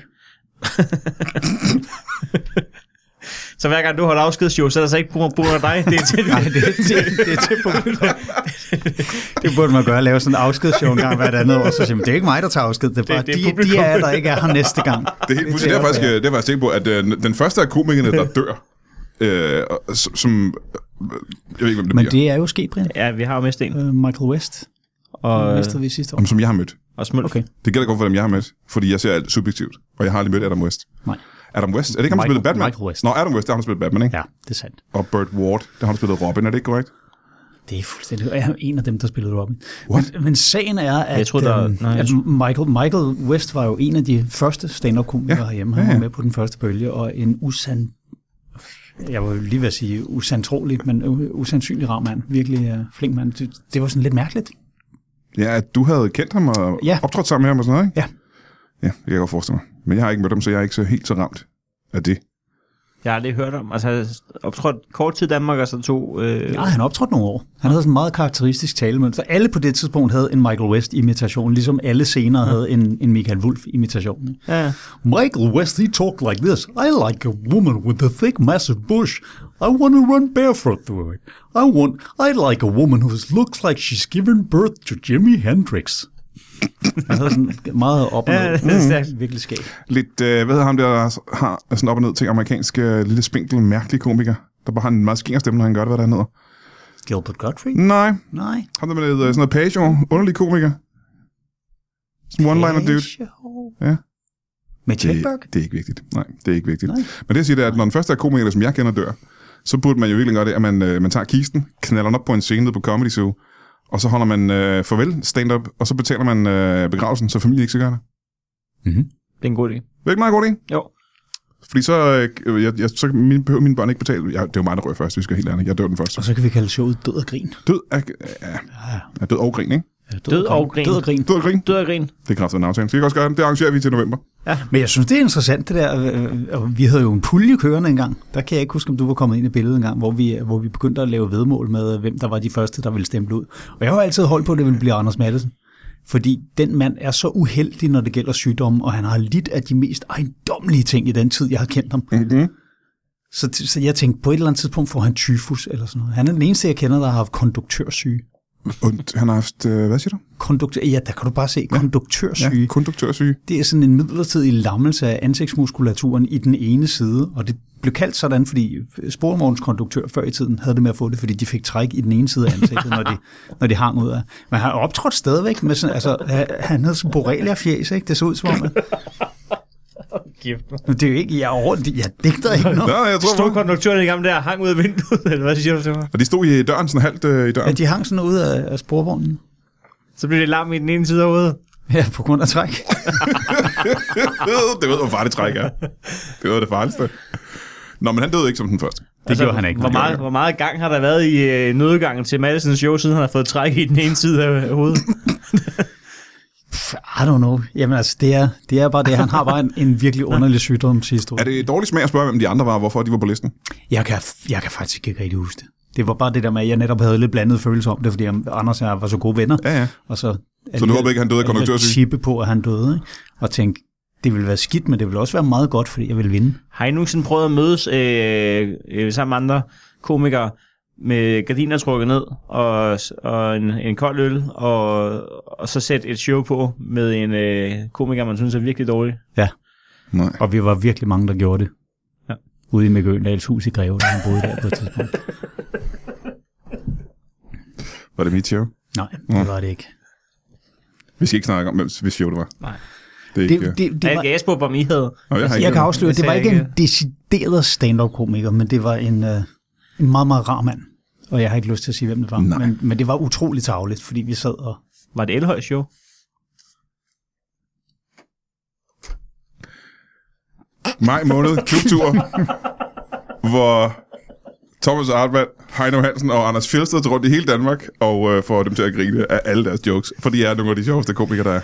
S2: så hver gang du holder afskedsshow, så er der så ikke brug brug af dig. Det er til,
S4: Nej, det, det, det er til publikum. det burde man gøre, lave sådan en afskedsshow en gang hvert andet år, så siger man, det er ikke mig, der tager afsked, det er bare
S2: det
S4: det,
S2: er
S4: det de,
S2: publikum."
S4: de er, der ikke er her næste gang.
S1: Det er helt muligt. Det er faktisk, øh, det er faktisk tænkt på, at øh, den første af komikerne, der dør, øh, og s- som... øh, Jeg ved ikke, hvem det
S4: Men
S1: bliver.
S4: det er jo sket, Brian.
S2: Ja, vi har jo mistet en.
S4: Øh, Michael West
S2: og,
S4: mistede vi sidste år.
S1: Om som jeg har mødt.
S2: og smølf.
S4: Okay.
S1: Det gælder godt for dem, jeg har mødt, fordi jeg ser alt subjektivt, og jeg har aldrig mødt Adam West.
S4: Nej.
S1: Adam West, er det ikke ham, der
S4: Michael-
S1: spillede Batman?
S4: Michael West.
S1: Nå, Adam West, der har han spillet Batman, ikke?
S4: Ja, det er sandt.
S1: Og Burt Ward, der har han spillet Robin, er det ikke korrekt?
S4: Det er fuldstændig... Jeg er en af dem, der spillede Robin.
S1: What?
S4: Men, men sagen er, at,
S2: Jeg troede, der-
S4: øhm,
S2: nej, jeg
S4: at Michael, Michael West var jo en af de første stand-up-komikere
S1: Ja,
S4: ja. herhjemme. Han
S1: ja,
S4: var
S1: ja.
S4: med på den første bølge, og en usand... Jeg var jo lige ved at sige usantrolig, men u- usandsynlig rar mand. Virkelig øh, flink mand. Det, det var sådan lidt mærkeligt.
S1: Ja, at du havde kendt ham og
S4: Ja.
S1: optrådt sammen med ham og sådan noget, ikke? Ja,
S4: Ja.
S1: det kan jeg godt forestille mig. Men jeg har ikke mødt ham, så jeg er ikke så helt så ramt af det.
S2: Jeg har aldrig hørt om. Altså, jeg optrådte kort tid i Danmark, og så tog... Øh,
S4: Ja, han optrådte nogle år. Han havde sådan en meget karakteristisk talemønster. Alle på det tidspunkt havde en Michael West-imitation, ligesom alle senere havde en, en Michael Wolf-imitation. ikke?
S2: ja.
S4: Michael West, he talked like this. I like a woman with a thick, massive bush. I want to run barefoot through it. I want, I like a woman who looks like she's given birth to Jimi Hendrix. Han havde sådan meget op og
S2: Ja,
S4: ned. Mm.
S2: det er stærkt.
S4: Virkelig skægt.
S1: Lidt, øh, hvad hedder ham der, der har sådan op og ned til amerikansk øh, lille spinkel, mærkelig komiker, der bare har en meget skinger stemme, når han gør det, hvad der hedder.
S4: Gilbert Godfrey?
S1: Nej,
S4: Nej.
S1: ham der med øh, sådan noget page underlig komiker. Sådan one-liner dude. Ja.
S4: Med
S1: Det,
S4: Jack Berg?
S1: det er ikke vigtigt. Nej, det er ikke vigtigt.
S4: Nej.
S1: Men det jeg siger, det er, at når den første er komiker, som jeg kender, dør, så burde man jo virkelig gøre det, at man, øh, man tager kisten, knalder den op på en scene nede på Comedy Zoo, og så holder man øh, farvel stand-up, og så betaler man øh, begravelsen, så familien ikke skal gøre det.
S4: Mhm.
S2: Det er en god idé.
S1: Det er ikke meget godt, ikke?
S2: Jo.
S1: Fordi så, øh, jeg, jeg, så mine, behøver mine børn ikke betale. Jeg, det er jo mig, der rører først, vi skal være helt ærligt. Jeg dør den første.
S4: Og så kan vi kalde showet Død og Grin.
S1: Død er, er, er død og grin, ikke?
S2: Død og Grin.
S4: Død og Grin.
S1: Død og grin.
S2: Død og grin.
S1: Det er kraftigt en aftale. Skal I ikke også gøre det? Det arrangerer vi til november.
S4: Men jeg synes, det er interessant det der. øh, og Vi havde jo en pulje kørende engang. Der kan jeg ikke huske, om du var kommet ind i billedet engang, hvor vi, hvor vi begyndte at lave vedmål med, øh, hvem der var de første, der ville stemple ud. Og jeg har jo altid holdt på, at det ville blive Anders Madsen. Fordi den mand er så uheldig, når det gælder sygdomme, og han har lidt af de mest ejendomlige ting i den tid, jeg har kendt ham.
S1: Mm-hmm.
S4: Så, så jeg tænkte, på et eller andet tidspunkt får han tyfus eller sådan noget. Han er den eneste, jeg kender, der har haft konduktørsyge.
S1: Und, han har haft, øh, hvad siger du?
S4: Konduktør, ja, der kan du bare se, konduktørsyge.
S1: Ja, konduktørsyge.
S4: Det er sådan en midlertidig lammelse af ansigtsmuskulaturen i den ene side, og det blev kaldt sådan, fordi sporvogns konduktør før i tiden havde det med at få det, fordi de fik træk i den ene side af ansigtet, når, de, når de hang ud af. Men han optrådte stadigvæk med sådan, altså, han- han havde sådan borrelia-fjæs, ikke? Det så ud som om, at-
S2: Gift mig.
S4: men det er jo ikke, jeg, er over, jeg digter ikke noget.
S1: Nå, jeg tror,
S2: Stod
S1: på.
S2: konduktøren i gang der, hang ud af vinduet, eller hvad siger du til mig?
S1: Og de stod i døren, sådan halvt øh, i døren.
S4: Ja, de hang sådan ud af, af sporvognen.
S2: Så blev det larm i den ene side af hovedet.
S4: Ja, på grund af træk.
S1: Øh, det ved, hvor farligt træk er. Det var det farligste. Nå, men han døde ikke som den første.
S4: Det altså, gjorde han ikke.
S2: Hvor meget, hvor meget gang har der været i øh, nødgangen til Madisons show, siden han har fået træk i den ene side af hovedet?
S4: Pff, I don't know. Jamen altså, det er, det er bare det. Han har bare en, en virkelig underlig sygdomshistorie.
S1: Er det dårlig smag at spørge, hvem de andre var, og hvorfor de var på listen?
S4: Jeg kan, jeg kan faktisk ikke rigtig huske det. Det var bare det der med, at jeg netop havde lidt blandede følelser om det, fordi Anders og jeg var så gode venner.
S1: Ja, ja.
S4: Og så,
S1: Så du håber ikke, han døde af konduktørsyge?
S4: chippe på, at han døde, ikke? og tænkte, det ville være skidt, men det ville også være meget godt, fordi jeg ville vinde.
S2: Har I nogensinde prøvet at mødes øh, øh, sammen med andre komikere med gardiner trukket ned og, og en, en kold øl, og, og så sætte et show på med en øh, komiker, man synes er virkelig dårlig?
S4: Ja,
S1: Nej.
S4: og vi var virkelig mange, der gjorde det.
S2: Ja.
S4: Ude i Mækøndals hus i Greve, der han boede der på et tidspunkt.
S1: Var det mit show?
S4: Nej, det var det ikke.
S1: Vi skal ikke snakke om, hvem hvis show det var.
S2: Nej.
S1: Det er ikke... øh.
S4: Det, det,
S2: Det
S4: det
S2: var...
S4: var, Altså,
S2: Jeg spurgte, om I havde.
S1: Nå, jeg har ikke
S4: jeg kan
S1: hørt.
S4: afsløre,
S2: Jeg
S4: det var
S2: ser
S4: ikke en
S2: ikke-
S4: decideret stand-up-komiker, men det var en, øh, en meget, meget rar mand. Og jeg har ikke lyst til at sige, hvem det var.
S1: Nej.
S4: Men, men det var utroligt tageligt, fordi vi sad og
S2: Var det Elhøjs show?
S1: Maj måned, klubtur, hvor Thomas Artmann, Heino Hansen og Anders Fjeldsted tager rundt i hele Danmark og øh, får dem til at grine af alle deres jokes, for de er nogle af de sjoveste komikere, der er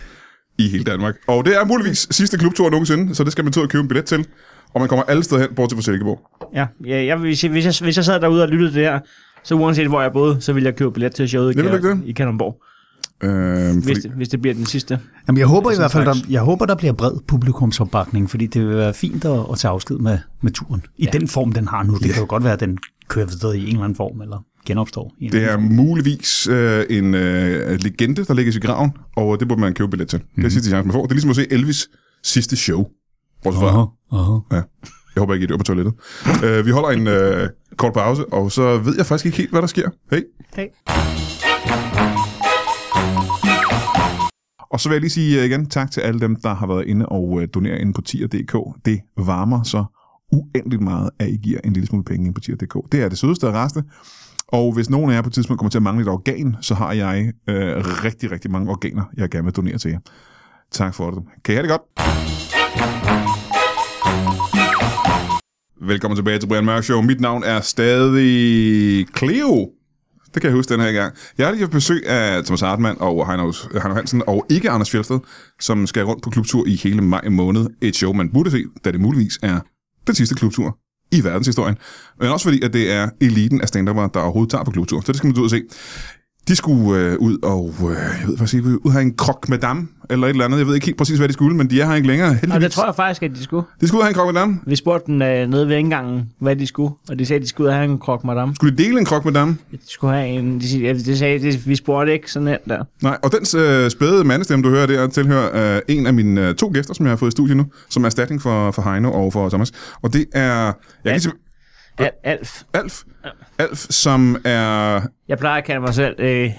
S1: i hele Danmark. Og det er muligvis sidste klubtur nogensinde, så det skal man tage og købe en billet til, og man kommer alle steder hen, bortset fra Silkeborg.
S2: Ja, ja jeg, hvis, jeg, hvis, jeg, hvis jeg sad derude og lyttede det her, så uanset hvor jeg boede, så ville jeg købe billet til showet i,
S1: Det vil du ikke
S2: i Kalundborg,
S1: Øh,
S2: hvis, det- hvis det bliver den sidste.
S4: Jamen, jeg håber i hvert fald, der,
S2: slags.
S4: jeg håber, der bliver bred publikumsopbakning, fordi det vil være fint at, at tage afsked med, med turen. I ja. den form, den har nu. Det kan jo godt være, at den kører videre i en eller anden form, eller genopstår. I en
S1: Det er muligvis øh, en øh, legende, der ligger i graven, og det burde man købe billet til. Mm-hmm. Det er sidste chance, man får. Det er ligesom at se Elvis sidste show. Bortset fra-
S4: Aha, aha.
S1: Ja. Jeg håber ikke, I dør på toilettet. uh, vi holder en uh, kort pause, og så ved jeg faktisk ikke helt, hvad der sker. Hey.
S2: Hey.
S5: Thank
S1: Og så vil jeg lige sige øh, igen tak til alle dem, der har været inde og øh, doneret inde på tier.dk. Det varmer så uendeligt meget, at I giver en lille smule penge inde på tier.dk. Det er det sødeste og rareste. Og hvis nogen af jer på et tidspunkt kommer til at mangle et organ, så har jeg øh, rigtig, rigtig mange organer, jeg gerne vil donere til jer. Tak for det. Kan I have det godt? Velkommen tilbage til Brian Mørk Show. Mit navn er stadig Cleo. Det kan jeg huske den her gang. Jeg har lige haft besøg af Thomas Hartmann og Heino, Heino Hansen, og ikke Anders Fjeldsted, som skal rundt på klubtur i hele maj måned. Et show, man burde se, da det muligvis er den sidste klubtur i verdenshistorien. Men også fordi, at det er eliten af stand der overhovedet tager på klubtur. Så det skal man ud og se. De skulle øh, ud og, øh, jeg ved faktisk ikke, ud og have en krok med dam, eller et eller andet. Jeg ved ikke helt præcis, hvad de skulle, men de er her ikke længere.
S2: Og det
S1: Heldigvis.
S2: tror jeg faktisk, at de skulle.
S1: De skulle ud og have en krok med dam.
S2: Vi spurgte den øh, nede ved indgangen, hvad de skulle, og de sagde, at de skulle ud og have en krok madame.
S1: Skulle de dele en krok med dam?
S2: De skulle have en, de, sig- ja, de sagde, det, vi spurgte ikke sådan her der.
S1: Nej, og den øh, spæde mandestemme, du hører der, tilhører øh, en af mine øh, to gæster, som jeg har fået i studiet nu, som er erstatning for, for Heino og for Thomas. Og det er jeg kan lige, sige-
S2: Al, Alf.
S1: Alf, Alf, som er
S2: Jeg plejer at kalde mig selv øh,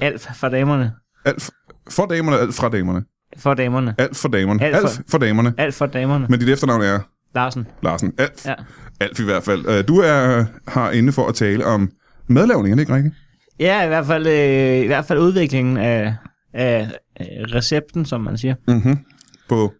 S2: Alf fra damerne.
S1: Alf for damerne, Alf fra damerne.
S2: For damerne.
S1: Alf for damerne.
S2: Alf
S1: Alf,
S2: for-
S1: Alf for damerne.
S2: Alf for damerne.
S1: Men dit efternavn er
S2: Larsen.
S1: Larsen. Alf.
S2: Ja.
S1: Alf i hvert fald. Øh, Du er herinde for at tale om madlavning, er det ikke rigtigt?
S2: Ja, i hvert fald, øh, i hvert fald udviklingen af, af øh, recepten, som man siger.
S1: Mm-hmm. På,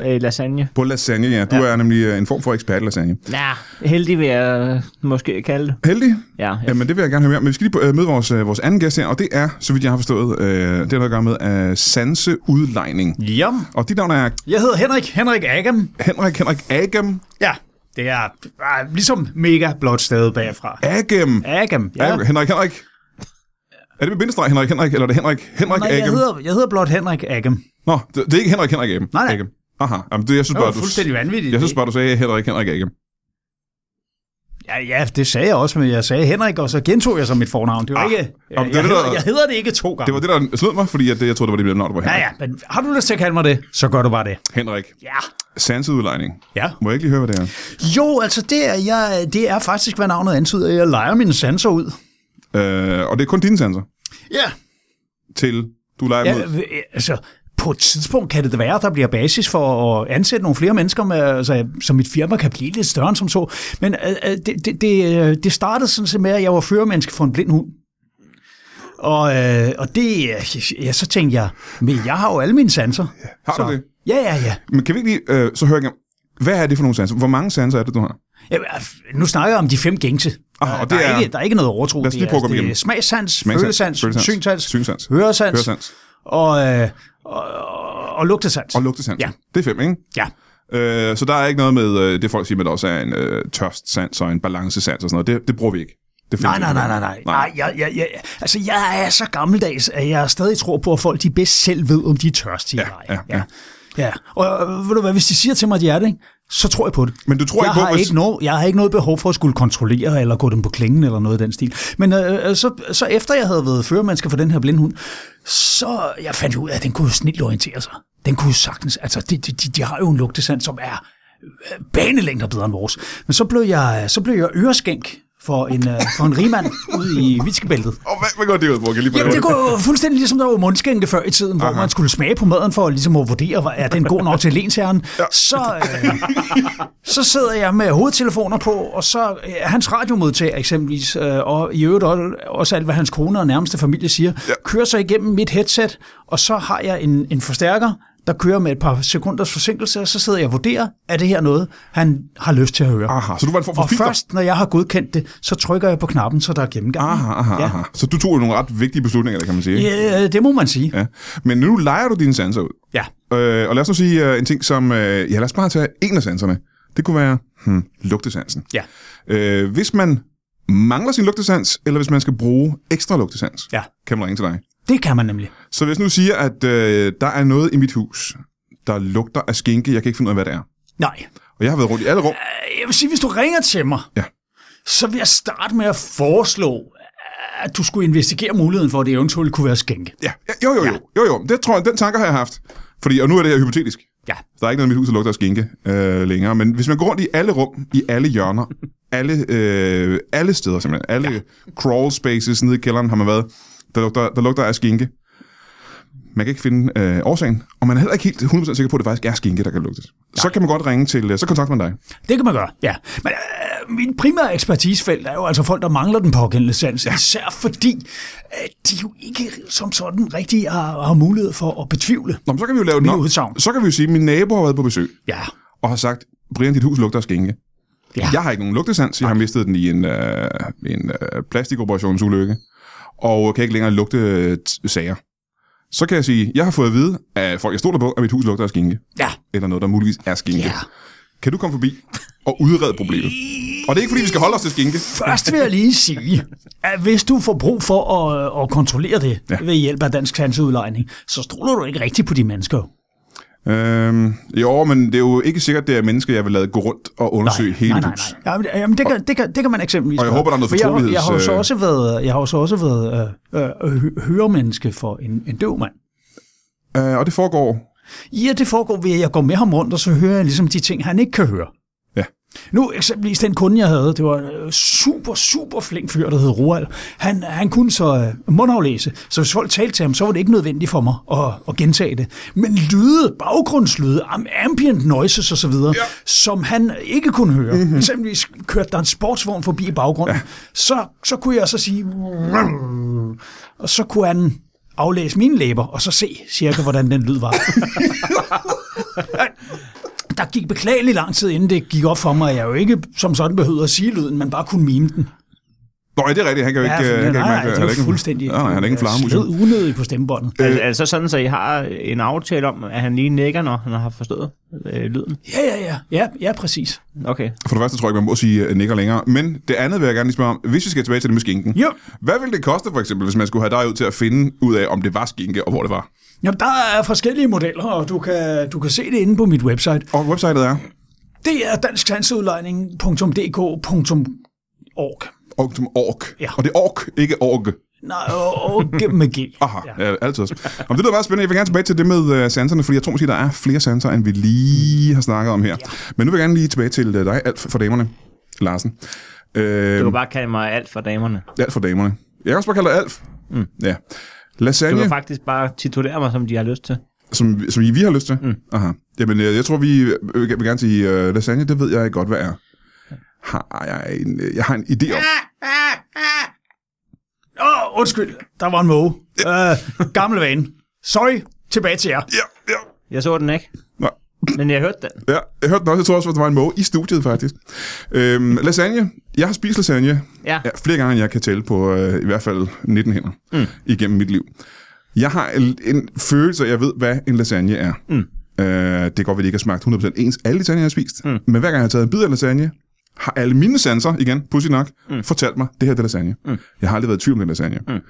S2: Øh, lasagne.
S1: på lasagne, ja. Du ja.
S2: Ja.
S1: er nemlig øh, en form for ekspert i lasagne.
S2: Ja, heldig vil jeg øh, måske kalde det.
S1: Heldig,
S2: Ja, jeg,
S1: Jamen, det vil jeg gerne høre mere om. Men vi skal lige øh, møde vores, øh, vores anden gæst her, og det er, så vidt jeg har forstået, øh, det har noget at gøre med øh, sanseudlejning.
S4: Ja,
S1: Og dit navn er
S4: jeg hedder Henrik, Henrik Agam.
S1: Henrik Henrik Agam.
S4: Ja, det er ah, ligesom mega blot stadig bagfra.
S1: Agam.
S4: Agam, ja.
S1: Agam. Henrik Henrik. Er det med bindestreg Henrik Henrik, eller er det Henrik Henrik
S4: Nej, jeg
S1: Agam?
S4: hedder, jeg hedder blot Henrik Agam.
S1: Nå, det, det er ikke Henrik Henrik Agam.
S4: Nej, nej.
S1: Agam. Aha, Jamen, det, jeg synes
S4: Det
S1: bare,
S4: var
S1: du,
S4: fuldstændig vanvittigt.
S1: jeg synes bare, du sagde Henrik Henrik Agam.
S4: Ja, ja, det sagde jeg også, men jeg sagde Henrik, og så gentog jeg så mit fornavn. Det var
S1: Ah,
S4: ikke,
S1: jamen,
S4: jeg,
S1: det
S4: jeg,
S1: er det, der-
S4: hedder, jeg hedder det ikke to gange.
S1: Det var det, der snød mig, fordi at det, jeg troede, det var det mellemnavn, der var
S4: Ja,
S1: Henrik.
S4: ja, men har du lyst til at kalde mig det, så gør du bare det.
S1: Henrik.
S4: Ja.
S1: Sanseudlejning.
S4: Ja.
S1: Må jeg ikke lige høre, hvad det er?
S4: Jo, altså det er, jeg, det er faktisk, hvad navnet antyder. Jeg leger mine sanser ud.
S1: Øh, og det er kun dine sanser
S4: Ja,
S1: til du leger
S4: Ja,
S1: ja.
S4: øh, altså, på et tidspunkt kan det da være, at der bliver basis for at ansætte nogle flere mennesker, med, altså, så mit firma kan blive lidt større end som så. Men øh, øh, det, det, det, øh, det startede sådan set med, at jeg var førermenneske for en blind hund. Og, øh, og det, øh, ja, så tænkte jeg, men jeg har jo alle mine sanser.
S1: Har du
S4: så,
S1: det?
S4: Ja, ja, ja.
S1: Men kan vi ikke lige øh, så høre igen? Hvad er det for nogle sanser? Hvor mange sanser er det, du har?
S4: Jamen, øh, Nu snakker jeg om de fem gængse.
S1: Ah,
S4: Der-
S1: og
S4: der,
S1: det er-
S4: ikke, der er ikke noget overtro.
S1: Lad os lige
S4: Det er-
S1: prøve at gå dem
S4: det er
S1: igennem.
S4: Smagssans,
S1: Smagsans,
S4: følesans,
S1: følesans,
S4: synsans,
S1: synsans,
S4: høresans,
S1: Høresans
S4: og, øh, og, og, og lugtesans.
S1: og lugtesans.
S4: Ja.
S1: Det er fem, ikke?
S4: ja.
S1: Øh, så der er ikke noget med øh, det, folk siger, at der også er en øh, tørstsans og en balancesans og sådan noget. Det, det bruger vi ikke. Det
S4: Nej,
S1: findes
S4: nej,
S1: ikke.
S4: nej, nej, nej. nej jeg, jeg, jeg, altså, jeg er så gammeldags, at jeg stadig tror på, at folk de bedst selv ved, om de er tørstige eller
S1: ja,
S4: ej.
S1: ja.
S4: ja. Og øh, ved du hvad, hvis de siger til mig, at de er det, ikke? så tror jeg på det.
S1: Men du tror
S4: jeg
S1: ikke på,
S4: har
S1: hvis-
S4: ikke noget, Jeg har ikke noget behov for at skulle kontrollere eller gå dem på klingen eller noget i den stil. Men øh, øh, så, så efter jeg havde været førermandsker for den her blindhund, så jeg fandt ud af, at den kunne jo snildt orientere sig. Den kunne jo sagtens, altså de, de, de, de har jo en lugtesand, som er øh, banelængder bedre end vores. Men så blev jeg, så blev jeg øreskænk for en, øh, for en rigmand ude i Vitskebæltet.
S1: Og hvad, hvad går det ud på? Kan jeg lige prøve
S4: Jamen, det
S1: høre
S4: går jo fuldstændig ligesom, der var mundskænke før i tiden, Aha. hvor man skulle smage på maden for ligesom at vurdere, hvor er den god nok til lensherren. Ja. Så, øh, så sidder jeg med hovedtelefoner på, og så øh, hans radiomodtager eksempelvis, øh, og i øvrigt også- også alt, hvad hans kone og nærmeste familie siger, ja. kører sig igennem mit headset, og så har jeg en, en forstærker, der kører med et par sekunders forsinkelse, og så sidder jeg og vurderer, er det her noget, han har lyst til at høre.
S1: Aha, så du var en form for
S4: Og
S1: filter?
S4: først, når jeg har godkendt det, så trykker jeg på knappen, så der er gennemgang.
S1: Aha, aha,
S4: Ja.
S1: aha. Så du tog jo nogle ret vigtige beslutninger, der kan man sige. ikke?
S4: Ja, det må man sige.
S1: Ja. Men nu leger du dine sanser ud.
S4: Ja.
S1: Øh, og lad os nu sige øh, en ting som... Øh, ja, lad os bare tage en af sanserne. Det kunne være hmm, lugtesansen.
S4: Ja.
S1: Øh, hvis man mangler sin lugtesans, eller hvis man skal bruge ekstra lugtesans,
S4: Ja.
S1: kan man ringe til dig.
S4: Det kan man nemlig.
S1: Så hvis nu siger, at øh, der er noget i mit hus, der lugter af skinke, jeg kan ikke finde ud af, hvad det er.
S4: Nej.
S1: Og jeg har været rundt i alle rum.
S4: Jeg vil sige, hvis du ringer til mig,
S1: Ja.
S4: så vil jeg starte med at foreslå, at du skulle investigere muligheden for, at det eventuelt kunne være skænke.
S1: Ja, ja, jo, jo, jo, jo, jo. Det tror jeg, den tanke har jeg haft. Fordi, og nu er det her hypotetisk.
S4: Ja.
S1: Der er ikke noget i mit hus, der lugter af skinke øh, længere. Men hvis man går rundt i alle rum, i alle hjørner, alle, øh, alle steder simpelthen, alle ja. crawl spaces nede i kælderen har man været, der lugter, der lugter af skinke. Man kan ikke finde øh, årsagen, og man er heller ikke helt 100% sikker på, at det faktisk er skinke, der kan lugtes. Så kan man godt ringe til, øh, så kontakter man dig.
S4: Det kan man gøre, ja. Men øh, min primære ekspertisefelt er jo altså folk, der mangler den pågældende sans, ja. især fordi øh, de jo ikke som sådan rigtig har, har mulighed for at betvivle.
S1: Nå, men så kan vi jo lave
S4: Mit
S1: Nå,
S4: udsagn.
S1: Så kan vi jo sige, at min nabo har været på besøg
S4: Ja,
S1: og har sagt, Brian, dit hus lugter af skinke.
S4: Ja.
S1: Jeg har ikke nogen lugtesans, jeg har mistet den i en, øh, en øh, plastikoperationsulykke, og kan ikke længere lugte øh, t- sager. Så kan jeg sige, jeg har fået at vide af folk, jeg stoler på, at mit hus lugter af skinke.
S4: ja.
S1: Eller noget, der muligvis er skinke.
S4: Ja.
S1: Kan du komme forbi og udrede problemet? Og det er ikke, fordi vi skal holde os til skinke.
S4: Først vil jeg lige sige, at hvis du får brug for at, at kontrollere det
S1: Ja.
S4: ja. ved hjælp af dansk sansudlejning, så stoler du ikke rigtigt på de mennesker.
S1: Øhm, jo, men det er jo ikke sikkert, det er mennesker, jeg vil lade gå rundt og undersøge hele
S4: nej, nej,
S1: huset.
S4: nej. Jamen, det- jamen det, kan, det, kan, det kan man eksempelvis
S1: Og jeg
S4: gøre.
S1: håber, der er noget øh,
S4: Men jeg, har- jeg har jo så
S1: fortroligheds-
S4: også været, jeg har jo så også været øh, øh, hø- høremenneske for en, en døv mand.
S1: Øh, og det foregår
S4: Ja, det foregår ved, at jeg går med ham rundt, og så hører jeg ligesom de ting, han ikke kan høre.
S1: Ja.
S4: Nu eksempelvis den kunde, jeg havde, det var en øh, super, super flink fyr, der hed Roald. Han, han kunne så øh, mundaflæse, så hvis folk talte til ham, så var det ikke nødvendigt for mig at, at gentage det. Men lyde, baggrundslyde, am- ambient noises osv., ja. som han ikke kunne høre. Mm-hmm. Eksempelvis kørte der en sportsvogn forbi i baggrunden, ja. så, så kunne jeg så sige... Og så kunne han aflæse mine læber, og så se cirka, hvordan den lyd var. Der gik beklagelig lang tid, inden det gik op for mig, at jeg jo ikke som sådan behøvede at sige lyden, men bare kunne mime den.
S1: Nå, ja, det er rigtigt. Han kan jo
S4: Ja,
S1: ikke...
S4: for-
S1: øh, han kan
S4: nej,
S1: ikke
S4: nej,
S1: mærke-
S4: det
S1: han er
S4: er jo
S1: ikke-
S4: fuldstændig
S1: Nej, nej, han er ikke en Øh. flamme.
S4: slået unødigt på stemmebåndet.
S2: Altså, altså sådan, så I har en aftale om, at han lige nikker, når han har forstået øh, lyden.
S4: Ja, ja, ja. Ja, ja præcis.
S2: Okay.
S1: For det første tror jeg ikke, man må sige øh, nikker længere. Men det andet vil jeg gerne lige spørge om. Hvis vi skal tilbage til det med skinken.
S4: Jo.
S1: Hvad ville det koste, for eksempel, hvis man skulle have dig ud til at finde ud af, om det var skinke og hvor det var?
S4: Jamen, der er forskellige modeller, og du kan, du kan se det inde på mit website.
S1: Og websitet er
S4: Det er dansksansudlejning.dk.org.
S1: org.
S4: Ja.
S1: Og det er org, ikke org.
S4: Nej, og og med G.
S1: Aha, ja. Ja, altid. Om det lyder meget spændende. Jeg vil gerne tilbage til det med uh, sanserne, fordi jeg tror måske, der er flere sanser, end vi lige har snakket om her. Ja. Men nu vil jeg gerne lige tilbage til uh, dig, alt for damerne, Larsen. Øh,
S2: Du kan bare kalde mig alt for damerne.
S1: Alt for damerne. Jeg kan også bare kalde dig Alf. Mm. Ja.
S2: Du
S1: Lasagne,
S2: kan faktisk bare titulere mig, som de har lyst til.
S1: som, som I, vi har lyst til? Mm. Aha. Jamen, jeg, jeg tror, vi øh, vil vil gerne sige, uh, lasagne, det ved jeg godt, hvad er. Har jeg, en, øh, jeg har en idé om.
S4: Åh, oh, undskyld. Der var en måge. Uh, gammel vane. Sorry. Tilbage til jer.
S1: Ja, ja.
S2: Jeg så den ikke,
S1: Nå,
S2: men jeg hørte den.
S1: ja. Jeg hørte den også, jeg tror også, at der var en måge i studiet, faktisk. Øhm, lasagne. Jeg har spist lasagne
S2: Ja.
S1: ja, flere gange, end jeg kan tælle på øh, i hvert fald 19 hænder mm. igennem mit liv. Jeg har en, en følelse, at jeg ved, hvad en lasagne er. Mm. Øh, det er godt, at det ikke har smagt 100% ens alle lasagne, jeg har spist. Mm. Men hver gang jeg har taget en bid af lasagne, har alle mine sanser, igen, pussy nok, mm. fortalt mig, det her det er lasagne. Mm. Jeg har aldrig været i tvivl om det er lasagne. Mm.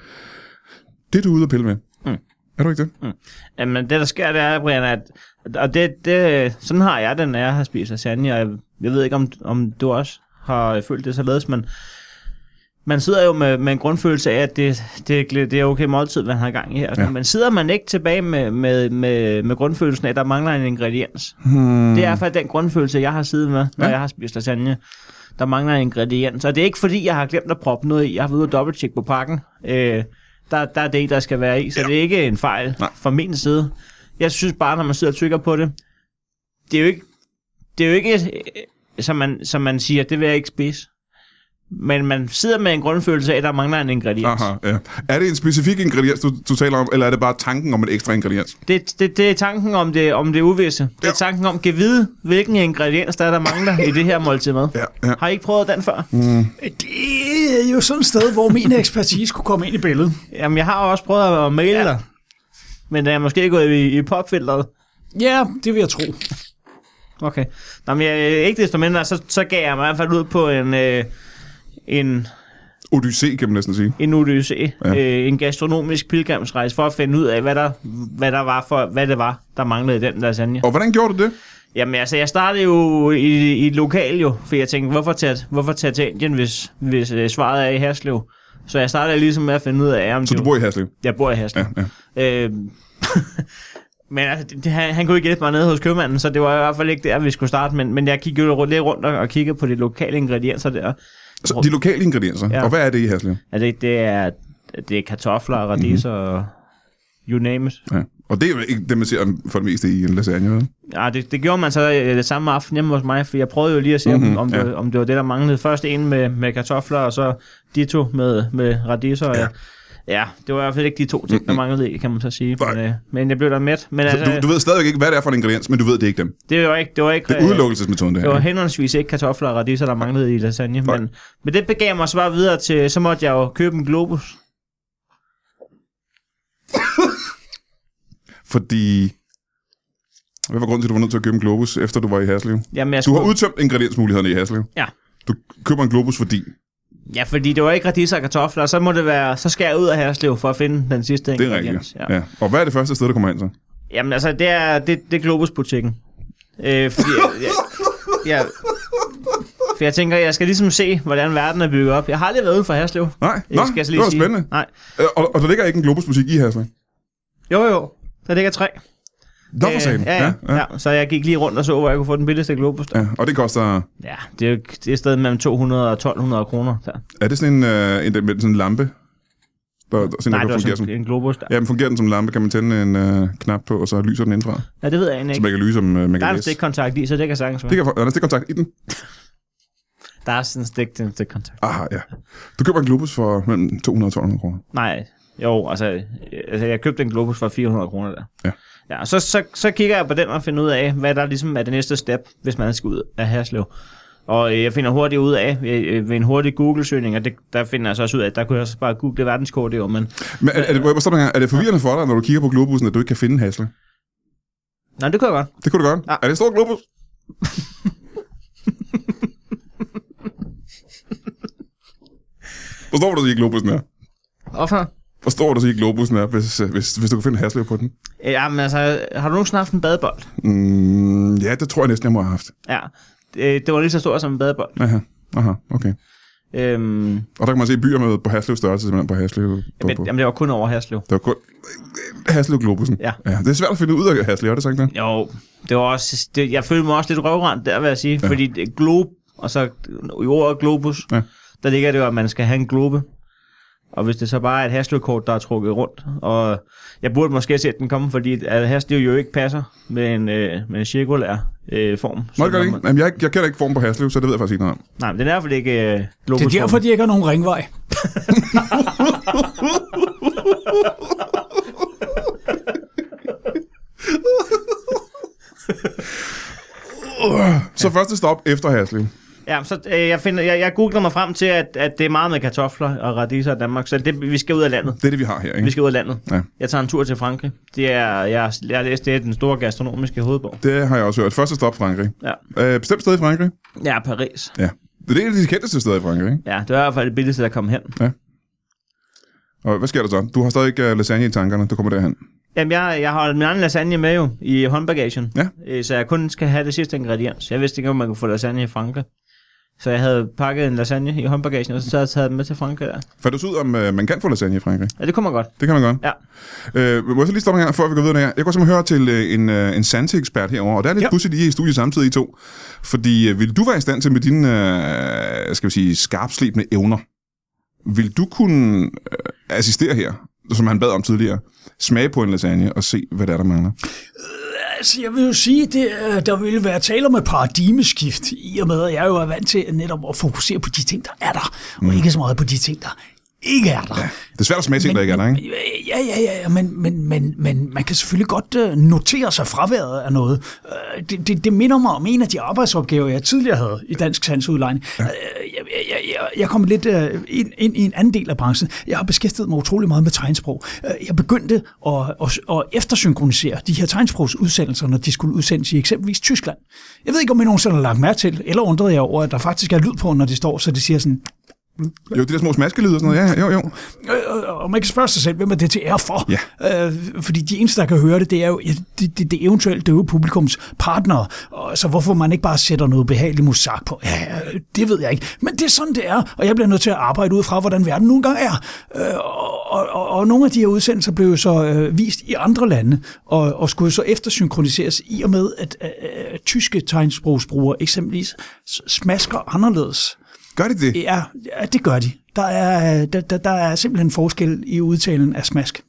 S1: Det er du ude at pille med. Mm. Er du ikke det? Mm.
S2: Jamen, det der sker, det er, Brian, at... Og det, det, sådan har jeg det, når jeg har spist lasagne, og jeg, jeg ved ikke, om, om du også har følt det således, men man sidder jo med, med en grundfølelse af, at det, det, det er okay måltid, man har gang i her. Ja. Men sidder man ikke tilbage med, med, med, med grundfølelsen af, at der mangler en ingrediens? Hmm. Det er i hvert fald den grundfølelse, jeg har siddet med, når
S1: Mm. Ja.
S2: ja. jeg har spist lasagne. Der mangler en ingrediens. Og det er ikke fordi, jeg har glemt at proppe noget i. Jeg har været ude og dobbelttjekke på pakken. Øh, der, der er det, der skal være i. Så ja. det er ikke en fejl
S1: Nej.
S2: Nej. fra min side. Jeg synes bare, når man sidder og tykker på det, det er jo ikke, det er jo ikke øh, som, man, som man siger, det vil jeg ikke spise. Men man sidder med en grundfølelse af, at der mangler en ingrediens.
S1: Aha, ja. Er det en specifik ingrediens, du, du taler om, eller er det bare tanken om en ekstra ingrediens?
S2: Det, det, det er tanken om det, om det uvisse. Det er
S1: Ja.
S2: tanken om, at vide, hvilken ingrediens der, er, der mangler i det her måltid mad.
S1: Ja, ja.
S2: Har I ikke prøvet den før?
S4: Det er jo sådan et sted, hvor min ekspertise kunne komme ind i billedet.
S2: Jamen, jeg har også prøvet at maile dig. Men jeg er måske gået i, i popfilteret.
S4: Ja, det vil jeg tro.
S2: Okay. Nå, men jeg, ikke desto mindre, så, så gav jeg mig i hvert fald ud på en, øh, en,
S1: Odyssé, kan man næsten sige.
S2: en odyssé,
S1: Ja.
S2: ja. øh, en gastronomisk pilgrimsrejse, for at finde ud af, hvad, der, hvad, der var for, hvad det var, der manglede i den lasagne.
S1: Og hvordan gjorde du det?
S2: Jamen altså, jeg startede jo i, i et lokal jo, for jeg tænkte, hvorfor tage, hvorfor tage til Indien, hvis, hvis øh, svaret er i Haslev? Så jeg startede ligesom med at finde ud af, om
S1: Så
S2: det
S1: du
S2: var-
S1: bor i Haslev?
S2: Jeg bor i Haslev.
S1: Ja,
S2: ja. Øhm, men altså, det, det- han, han kunne ikke hjælpe mig nede hos købmanden, så det var i hvert fald ikke der, vi skulle starte. Men, men jeg kiggede jo lidt rundt og, og kiggede på de lokale ingredienser der.
S1: Så de lokale ingredienser. Ja.
S2: Ja.
S1: Og hvad er det i Haslev? Mhm.
S2: Altså, det, det, er, det er kartofler, radiser mm-hmm. og you name it.
S1: Ja. Og det er jo ikke det, man ser for det meste i en lasagne, vel?
S2: Ja, det, det gjorde man så øh, samme aften hjemme hos mig, for jeg prøvede jo lige at se,
S1: Mhm,
S2: mm-hmm, om, om, det, ja. om det var det, der manglede. Først en med, med kartofler, og så de to med, med radiser. Ja. ja, det var i hvert fald ikke de to ting, der manglede i, kan man så sige.
S1: Nej.
S2: Men, øh, men jeg blev da mæt. Men
S1: Så
S2: altså,
S1: du, du ved stadigvæk ikke, hvad det er for en ingrediens, men du ved, det er ikke dem.
S2: det var ikke... Det var ikke
S1: Det er
S2: øh,
S1: udelukkelsesmetoden, det
S2: Det var
S1: her.
S2: henholdsvis ikke kartofler og radiser, der manglede i lasagne.
S1: Nej.
S2: Men, men det begav mig så bare videre til, så måtte jeg jo købe en globus.
S1: Fordi... Hvad var grunden til, at du var nødt til at købe en globus, efter du var i Haslev?
S2: Jamen, jeg
S1: Du
S2: skulle,
S1: har udtømt ingrediensmulighederne i Haslev.
S2: Ja.
S1: Du køber en globus, fordi...
S2: Ja, fordi det var ikke radiser og kartofler, og så må det være, så skal jeg ud af Herslev for at finde den sidste
S1: Det er
S2: ingrediens.
S1: rigtigt. Ja. ja. Og hvad er det første sted, du kommer hen så?
S2: Jamen altså, det er, det, det er Globus-butikken. Øh, fordi jeg, jeg, jeg, for jeg tænker, jeg skal ligesom se, hvordan verden er bygget op. Jeg har aldrig været uden for Herslev.
S1: Nej, Nå,
S2: skal jeg så
S1: det var spændende.
S2: Sige. Nej.
S1: Øh, Og, og der ligger ikke en globusbutik i Haslev.
S2: Jo, jo. Der ligger tre. Øh,
S1: Nå for sagen.
S2: ja, ja, ja. ja, så jeg gik lige rundt og så, hvor jeg kunne få den billigste Globus.
S1: ja. Og det koster...
S2: Ja, det er jo det er et sted mellem 200 og 1200 kroner. Der.
S1: Er det sådan en, øh, en med sådan en lampe? Der, der, sådan, der
S2: Nej, det
S1: kan
S2: var
S1: fungere
S2: sådan
S1: som...
S2: en Globus der.
S1: Ja, men fungerer den som lampe? Kan man tænde en øh, knap på, og så lyser den indfra?
S2: Ja, det ved jeg egentlig
S1: Så man
S2: ikke.
S1: kan lyse, som øh, man
S2: Der er
S1: kan
S2: en
S1: læse.
S2: stikkontakt i, så det kan sagtens
S1: Det
S2: være.
S1: kan, er der stikkontakt i den?
S2: Der er sådan en stik, det er en stikkontakt.
S1: Aha, ja. Du køber en globus for mellem 200 og 1200 kroner.
S2: Nej, jo, altså, øh, altså jeg købte en Globus for 400 kroner der.
S1: Ja.
S2: ja og så, så, så kigger jeg på den og finder ud af, hvad der ligesom er det næste step, hvis man skal ud af Herslev. Og øh, jeg finder hurtigt ud af, øh, øh, ved en hurtig Google-søgning, og det, der finder jeg så også ud af, at der kunne jeg så bare google verdenskort i år, men...
S1: Men er, er, det, må jeg bare stoppe en gang? er det forvirrende for dig, når du kigger på globusen, at du ikke kan finde Hasle?
S2: Nej, det kunne jeg godt.
S1: Det kunne du godt.
S2: Ja.
S1: Er det en stor globus? Forstår du, hvad du siger, globusen er?
S2: Hvorfor?
S1: Forstår du, hvad du siger, globusen er, hvis, øh, hvis, hvis du kan finde Hasle på den?
S2: Øh, Jamen altså, har du nogensinde haft en badebold?
S1: Mm, ja, det tror jeg næsten, jeg må have haft.
S2: Ja, øh, det var lige så stor som en badebold.
S1: Aha, aha, okay.
S2: Øhm,
S1: Og der kan man se byer med på Haslev størrelse, simpelthen på Haslev. På,
S2: men,
S1: på.
S2: jamen, det var kun over Herslev.
S1: Det var kun Haslev Globusen.
S2: Ja.
S1: ja. Det er svært at finde ud af Haslev, er det så ikke det?
S2: Jo, det var også, det, jeg følte mig også lidt røvrendt der, vil jeg sige. Ja. Fordi det- globe, og så i ordet globus,
S1: Ja.
S2: ja. der ligger det jo, at man skal have en globe. Og hvis det så bare er et Herslev-kort, der er trukket rundt. Og jeg burde måske have set den komme, fordi at Herslev jo ikke passer med en, øh, med en cirkulær øh, form.
S1: Må
S2: Så
S1: det godt
S2: når
S1: ikke? Jamen, jeg, jeg kender ikke formen på Haslev, så det ved jeg faktisk ikke noget om.
S2: Nej, men den er i hvert fald ikke øh, globus.
S4: Det er derfor, de ikke har nogen ringvej.
S1: Så første stop efter Haslev.
S2: Ja, så øh, jeg, finder, jeg, jeg googler mig frem til, at, at det er meget med kartofler og radiser i Danmark, så det, vi skal ud af landet.
S1: Det er det, vi har her,
S2: Vi
S1: ikke?
S2: skal ud af landet.
S1: Ja.
S2: Jeg tager en tur til Frankrig. Det er, jeg, jeg læste, det er den store gastronomiske hovedborg.
S1: Det har jeg også hørt. Første stop Frankrig.
S2: Ja,
S1: Øh, bestemt sted i Frankrig?
S2: ja Paris.
S1: Ja. Det er en af de kendteste steder i Frankrig, ikke?
S2: Ja, det var i hvert fald det billigste, der kom hen.
S1: Og hvad sker der så? Du har stadig ikke øh, lasagne i tankerne, du kommer derhen.
S2: Jamen, jeg, jeg har min egen lasagne med jo i håndbagagen,
S1: Ja.
S2: Øh, så jeg kun skal have det sidste ingrediens. Jeg vidste ikke, om man kunne få lasagne i Frankrig. Så jeg havde pakket en lasagne i håndbagagen, og så havde jeg taget den med til Frankrig. Der.
S1: Fandt du så ud om, øh, man kan få lasagne i Frankrig?
S2: Ja, det kommer godt.
S1: Det kan man godt.
S2: Ja.
S1: Øh, må jeg så lige stoppe her, før vi går videre her? Jeg går simpelthen høre til øh, en, øh, en sanseekspert herover, og der er lidt ja.
S4: Ja.
S1: pudsigt, I er i studiet samtidig, I to. Fordi øh, vil du være i stand til med dine, øh, skal vi sige, skarpslebende evner, vil du kunne øh, assistere her, som han bad om tidligere, smage på en lasagne og se, hvad der er, der mangler?
S4: Altså, jeg vil jo sige, det, øh, der ville være tale om et paradigmeskift, i og med, at jeg jo er vant til netop at fokusere på de ting, der er der, mm. og ikke så meget på de ting, der ikke er der. Ja.
S1: Det er svært at smage ting, der ikke er der, ikke?
S4: Ja, ja, ja, ja, men, men, men, men man kan selvfølgelig godt øh, notere sig fraværet af noget. Øh, det, det, det minder mig om en af de arbejdsopgaver, jeg tidligere havde i Dansk Sandsudlejning. Ja. Øh, jeg, jeg, jeg, jeg kom lidt øh, ind, ind i en anden del af branchen. Jeg har beskæftiget mig utrolig meget med tegnsprog. Øh, jeg begyndte at, at, at eftersynkronisere de her tegnsprogsudsendelser, når de skulle udsendes i eksempelvis Tyskland. Jeg ved ikke, om I nogensinde har lagt mærke til, eller undrede jeg over, at der faktisk er lyd på, når de står, så de siger sådan,
S1: Jo, de der små smaskelyde og sådan noget, ja, jo, jo.
S4: Øh, øh, og man kan spørge sig selv, hvem er det til ære for? Ja. Øh, fordi de eneste, der kan høre det, det er jo ja, det, det, det eventuelt døve publikums partner. Og så hvorfor man ikke bare sætter noget behageligt musak på? Ja, øh, det ved jeg ikke. Men det er sådan, det er, og jeg bliver nødt til at arbejde ud fra, hvordan verden nogle gange er. Øh, og, og, og, og nogle af de her udsendelser blev jo så øh, vist i andre lande, og, og skulle så eftersynkroniseres i og med, at øh, øh, tyske tegnsprogsbrugere eksempelvis s- smasker anderledes.
S1: Gør de det?
S4: Ja, ja, det gør de. Der er, der, der, der er simpelthen forskel i udtalen af smask.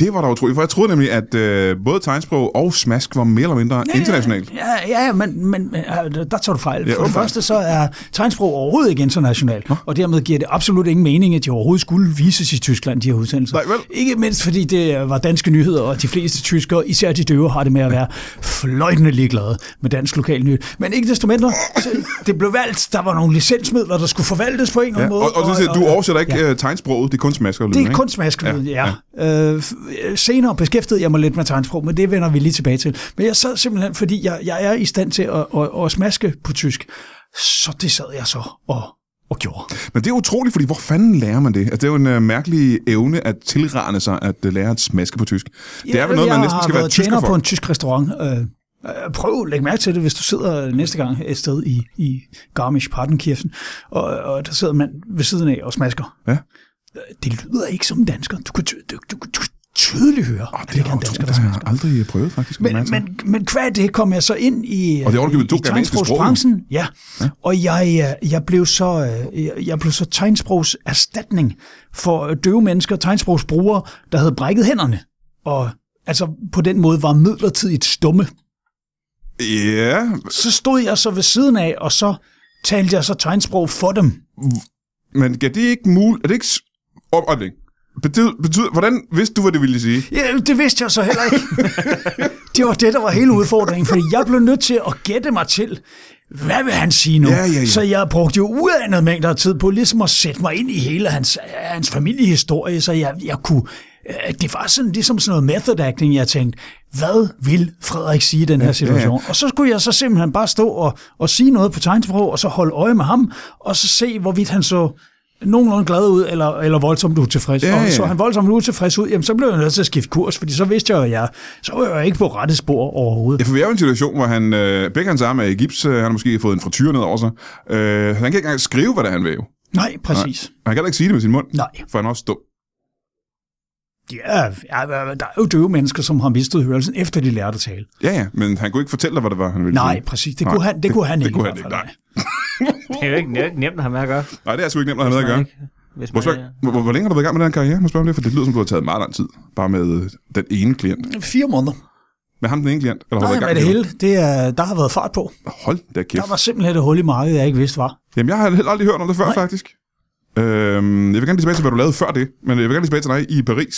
S1: Det var da utroligt, for jeg troede nemlig, at øh, både tegnsprog og smask var mere eller mindre ja, internationalt.
S4: Ja, ja men, men øh, der tager du fejl.
S1: Ja,
S4: Ja, For det
S1: åbenbart.
S4: første så er tegnsprog overhovedet ikke internationalt, og dermed giver det absolut ingen mening, at de overhovedet skulle vises i Tyskland, de her udsendelser.
S1: Nej, vel?
S4: Ikke mindst fordi det var danske nyheder, og de fleste tyskere, især de døve, har det med at være fløjtende ligeglade med dansk lokalnyt. Men ikke desto mindre, så det blev valgt, der var nogle licensmidler, der skulle forvaltes på en eller
S1: Ja.
S4: anden måde.
S1: Og, og, så siger, du oversætter ikke ja. tegnsproget, det er kun smask og lyden,
S4: Det er
S1: ikke?
S4: kun smaskelyden, ja. ja. Øh, f- øh, senere beskæftigede jeg mig lidt med tegnsprog, men det vender vi lige tilbage til. Men jeg sad simpelthen, fordi jeg, jeg er i stand til at, at, at smaske på tysk, så det sad jeg så og, og gjorde.
S1: Men det er utroligt, fordi hvor fanden lærer man det? Altså, det er jo en øh, mærkelig evne at tilrane sig at øh, lære at smaske på tysk. Det er vel noget, man
S4: jeg
S1: næsten skal
S4: har
S1: være
S4: været tjener
S1: tysker
S4: på
S1: for.
S4: en tysk restaurant. Øh, øh, prøv at lægge mærke til det, hvis du sidder næste gang et sted i, i Garmisch-Partenkirchen, og, og der sidder man ved siden af og smasker.
S1: Ja.
S4: Øh, Det lyder ikke som en dansker. Du kan, ty- du, du, du kan tydeligt høre, oh, at det
S1: Det
S4: ikke er
S1: er
S4: en
S1: utroligt,
S4: dansker,
S1: det
S4: der
S1: har
S4: smasker.
S1: jeg aldrig øh, prøvet, faktisk.
S4: Men, men, men hvad det kom jeg så ind i,
S1: altså. Og det er ovenikøbet to
S4: i
S1: germanske sprog, jo.
S4: tegnsprogsbranchen. Ja. ja. Og jeg, øh, jeg blev så, øh, jeg- jeg blev så tegnsprogs erstatning for øh, døve mennesker, tegnsprogsbrugere, der havde brækket hænderne. Og altså på den måde var midlertidigt stumme.
S1: Ja,
S4: Så stod jeg så ved siden af, og så talte jeg så tegnsprog for dem.
S1: men gør det ikke muligt... Er det ikke... s- Op, øjeblik. Betyder, betyder, hvordan vidste du, hvad det ville sige?
S4: Ja, det vidste jeg så heller ikke. det var det, der var hele udfordringen, fordi jeg blev nødt til at gætte mig til, hvad vil han sige nu?
S1: Ja, ja, ja.
S4: Så jeg brugte jo uanede mængder af tid på ligesom at sætte mig ind i hele hans, hans familiehistorie, så jeg, jeg kunne... øh, Det var sådan ligesom sådan noget method acting, jeg tænkte, hvad vil Frederik sige i den her situation? Og så skulle jeg så simpelthen bare stå og, og sige noget på tegnsprog, og så holde øje med ham, og så se, hvorvidt han så nogenlunde glad ud, eller, eller voldsomt utilfreds.
S1: Ja,
S4: Ja,
S1: ja.
S4: Og så han voldsomt utilfreds ud, jamen så blev jeg nødt til at skifte kurs, fordi så vidste jeg jo, at jeg, så var jeg ikke på rette spor overhovedet.
S1: Ja, for vi er jo i en situation, hvor han, øh, begge hans arme er i gips. Øh, han har måske fået en frityr ned over sig. Øh, han kan ikke engang skrive, hvad det er, han vil jo.
S4: Nej, præcis.
S1: Og Han kan heller ikke sige det med sin mund.
S4: Nej.
S1: For han er også dum.
S4: Ja, ja, der er jo døve mennesker, som har mistet hørelsen, efter de lærte at tale.
S1: Ja, ja, men han kunne ikke fortælle dig, hvad det var, han ville
S4: Nej,
S1: sige.
S4: præcis. Det
S1: Nej,
S4: kunne han, det kunne han
S1: det
S4: ikke.
S1: kunne
S4: i
S1: han
S4: hvert
S1: ikke,
S4: fald.
S1: nej.
S2: Det er jo ikke, det er jo ikke nemt at have med at gøre.
S1: Nej, det er sgu ikke nemt at have
S4: Altså,
S1: noget at gøre.
S2: Hvis
S1: Må
S2: man,
S1: jeg spørge, hvor, hvor, hvor længe har du været i gang med den her karriere? Må jeg spørge om det, for det lyder som, du har taget meget lang tid. Bare med øh, den ene klient.
S4: Fire måneder.
S1: Med ham den ene klient? Eller har du
S4: Nej,
S1: været i
S4: med
S1: gang
S4: det
S1: med
S4: hele, det er, der har været fart på.
S1: Hold da kæft.
S4: Der var simpelthen et hul i markedet, jeg ikke vidste var.
S1: Jamen, jeg har heller aldrig hørt om det før, Nej. faktisk. Øhm, jeg vil gerne lige tilbage til, hvad du lavede før det. Men jeg vil gerne lige tilbage til dig i Paris